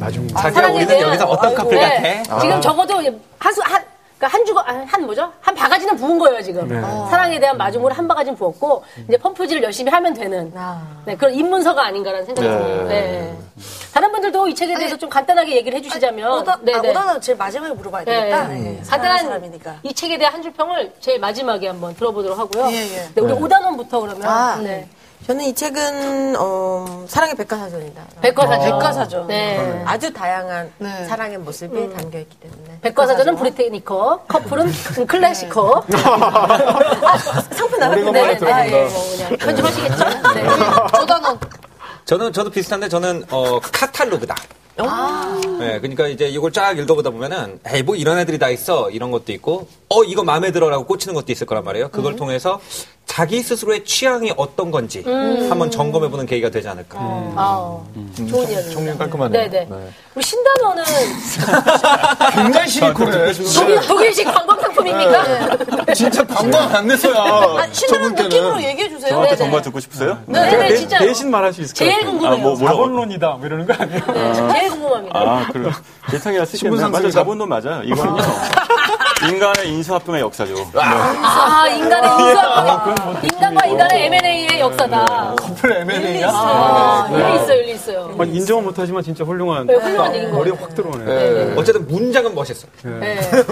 나중
자기야, 우리는
대한-
아, 여기서 어떤
아이고.
커플 같아?
네. 지금 적어도 이제 한, 수- 한, 그러니까 한 주거, 아, 한 뭐죠? 한 바가지는 부은 거예요, 지금.
네. 아.
사랑에 대한 마중물 한 바가지는 부었고, 이제 펌프질을 열심히 하면 되는
아.
네, 그런 입문서가 아닌가라는 생각이
네.
듭니다. 네. 다른 분들도 이 책에 대해서
아니,
좀 간단하게 얘기를 해주시자면.
오다,
네,
아,
네.
오다는 제일 마지막에 물어봐야
네.
되겠다.
네.
사랑하는
간단한
사람이니까.
이 책에 대한 한 줄평을 제일 마지막에 한번 들어보도록 하고요.
예, 예.
네, 우리 오단원부터 그러면.
아,
네.
저는 이 책은 어, 사랑의 백과사전이다.
백과사전.
아, 백과사전.
네.
아주 다양한
네.
사랑의 모습이
음.
담겨 있기 때문에
백과사전은 브리테니커, 커플은 클래시커.
네.
상표 아, 나갔
네, 네, 네. 아, 예, 뭐 그냥 편집하시겠죠? 네.
오다는
저는 저도 비슷한데 저는 어 카탈로그다. 네, 그러니까 이제 이걸 쫙 읽어보다 보면은 에이 뭐 이런 애들이 다 있어 이런 것도 있고 어 이거 마음에 들어라고 꽂히는 것도 있을 거란 말이에요. 그걸
음.
통해서 자기 스스로의 취향이 어떤 건지
음.
한번 점검해보는 계기가 되지 않을까.
아, 좋은 이야기.
정리 깔끔하네요.
네, 네. 우리 신단어는
굉장히 시리코를
독일, 독일식 관광 상품입니까?
진짜 방방 안 내서야.
신나는 느낌으로 얘기해 주세요.
저한테
네,
정말
네.
듣고 싶으세요?
네, 네, 진짜.
대신 말할 수 있을 것
제일
같아요.
궁금해요.
뭐, 뭐라고?
자본론이다 뭐 이러는 거 아니에요?
네, 제일 궁금합니다.
아, 그래. 예상이 쓰시겠네요.
신분상
맞아,
쓰기가?
자본론 맞아요. 이거는요. 인간의 인수합병의 역사죠.
아, 인간의 인간과, 인간과 인간의 M&A의 역사다. 아, 일리 있어요, 일리 있어요.
아니, 인정은 못하지만 진짜 훌륭한
네, 훌륭한 얘기인 것
머리
같아요.
확 들어오네.
어쨌든 문장은 멋있어.
네. 네.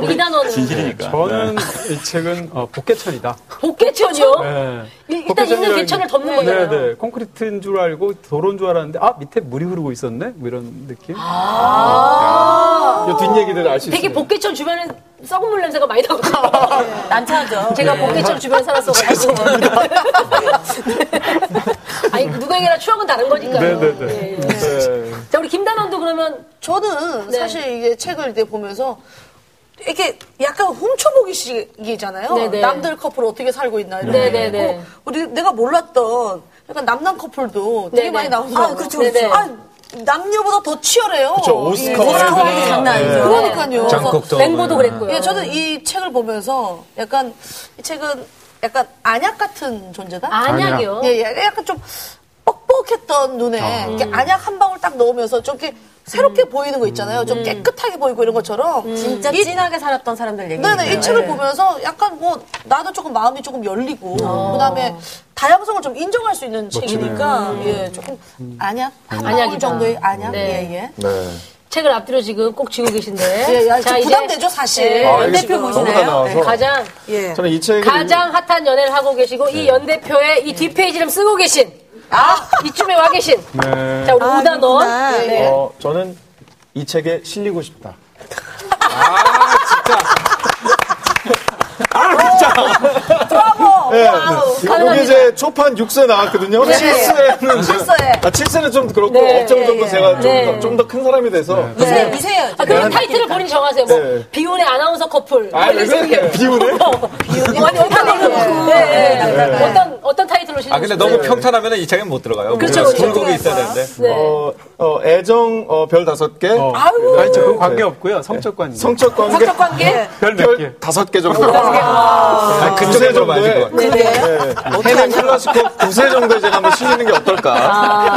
우리 이단어는
진실이니까.
저는 이 책은 어, 복개천이다.
복개천이요?
네.
일- 일단
복개천이라는
있는
게-
개천을 덮는 거잖아요.
네네. 콘크리트인 줄 알고 도로인 줄 알았는데 아 밑에 물이 흐르고 있었네. 뭐 이런 느낌.
아.
뒷얘기들 알 수
되게
있어요.
복개천 주변에 썩은 물 냄새가 많이 나거든요.
난처하죠.
제가
네.
네.
복개천 주변에
[laughs]
살았어가지고. 아니, 누구에게나 추억은 다른 거니까요.
네네네.
예, 예. 자, 우리 김단원도 그러면
저는
네.
사실 이게 책을 이제 보면서 이렇게 약간 훔쳐보기식이잖아요.
네네.
남들 커플 어떻게 살고 있나 이런
네네네.
게 있고 우리 내가 몰랐던 약간 남남 커플도 되게
네네.
많이 나오더라고요.
아, 그렇죠, 그렇죠. 네네.
아, 남녀보다 더 치열해요. 그렇죠.
오스카
오스카 장난 아니죠. 그러니까요. 그래서
네. 장콕도.
랭보도
네.
그랬고요.
예, 저는 이 책을 보면서 약간 이 책은 약간 안약 같은 존재다.
안약이요.
예, 예, 약간 좀 뻑뻑했던 눈에 이렇게 안약 한 방울 딱 넣으면서 좀 이렇게 새롭게 보이는 거 있잖아요. 좀 깨끗하게 보이고 이런 것처럼.
진짜
이-
진하게 살았던 사람들 얘기.
음. 네네 이 책을 보면서 약간 뭐 나도 조금 마음이 조금 열리고 그다음에 다양성을 좀 인정할 수 있는 책이니까 예 조금
음.
안약 한 방울
안약이다.
정도의 안약
네.
예예
책을 앞뒤로 지금 꼭 쥐고 계신데.
예, 예. 좀 부담되죠 사실
예.
아,
연
이거
대표
지금
보시네요
너무 다 나와서.
가장,
예.
저는 이 책을
가장 핫한 연애를 하고 계시고,
네.
이 연대표의
예.
이 뒷페이지를 쓰고 계신. 아, 이쯤에 와 계신.
네.
자, 우리
아,
오단원.
그렇구나.
네.
어, 저는 이 책에 실리고 싶다.
아,
아,
가능합니다.
네. 이게 제 초판 6세 나왔거든요. 7세는
실서에
아, 7세는 좀 그렇고
아, 네.
업장 정도 제가
네.
좀 더 큰 사람이 돼서
네.
미세, 미세요.
아, 그러면 타이틀을 본인 이 정하세요. 뭐,
네.
비운의 아나운서 커플. 뭐
아, 왜 그래? 비우네?
[laughs] 아니, 어떤 걸로? 네, 네. 어떤, 어떤 타이틀로 신으세요?
아 근데 너무 평탄하면 이 책은 못 들어가요.
그렇죠,
뭔가
그렇죠.
돌고기 있어야 되는데.
네.
어, 어, 애정 어, 별 다섯 개, 네.
어.
아이고.
아니 저 그건 관계 없고요. 성적 관계.
성적 관계
성적 관계?
별몇 개.
별 다섯 개 정도.
아,
두세
그쪽으로 맞을
정도에
것 같아.
네. 해낸 클라시코 두세 정도에 제가 한번 실리는 게 어떨까.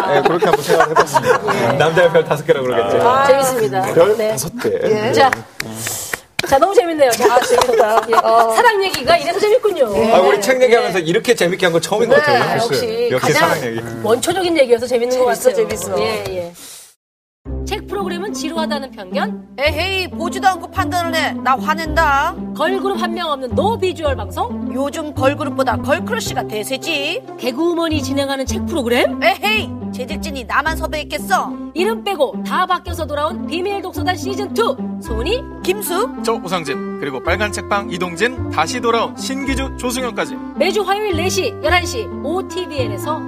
아.
네, 그렇게 한번 생각해봤습니다.
남자의 별 다섯 개라고 그러겠죠.
네. 재밌습니다.
별
네.
다섯 개.
자. 자, 너무 재밌네요.
[laughs]
아, 재밌다. 예.
어.
사랑 얘기가 이래서 재밌군요.
예.
아, 우리 책 얘기하면서 이렇게 재밌게 한 건 처음인 것
아,
같아요.
역시
역시
가장
사랑 얘기.
원초적인 얘기여서 재밌는 것 같아요.
재밌어.
예, 예. 책 프로그램은 지루하다는 편견,
에헤이 보지도 않고 판단을 해 나 화낸다
걸그룹 한 명 없는 노 비주얼 방송,
요즘 걸그룹보다 걸크러쉬가 대세지
개그우먼이 진행하는 책 프로그램,
에헤이 제작진이 나만 섭외했겠어
이름 빼고 다 바뀌어서 돌아온 비밀 독서단 시즌 2 소니
김수
저 우상진 그리고 빨간 책방 이동진 다시 돌아온 신기주 조승현까지
네 매주 화요일 4시, 11시 OTBN에서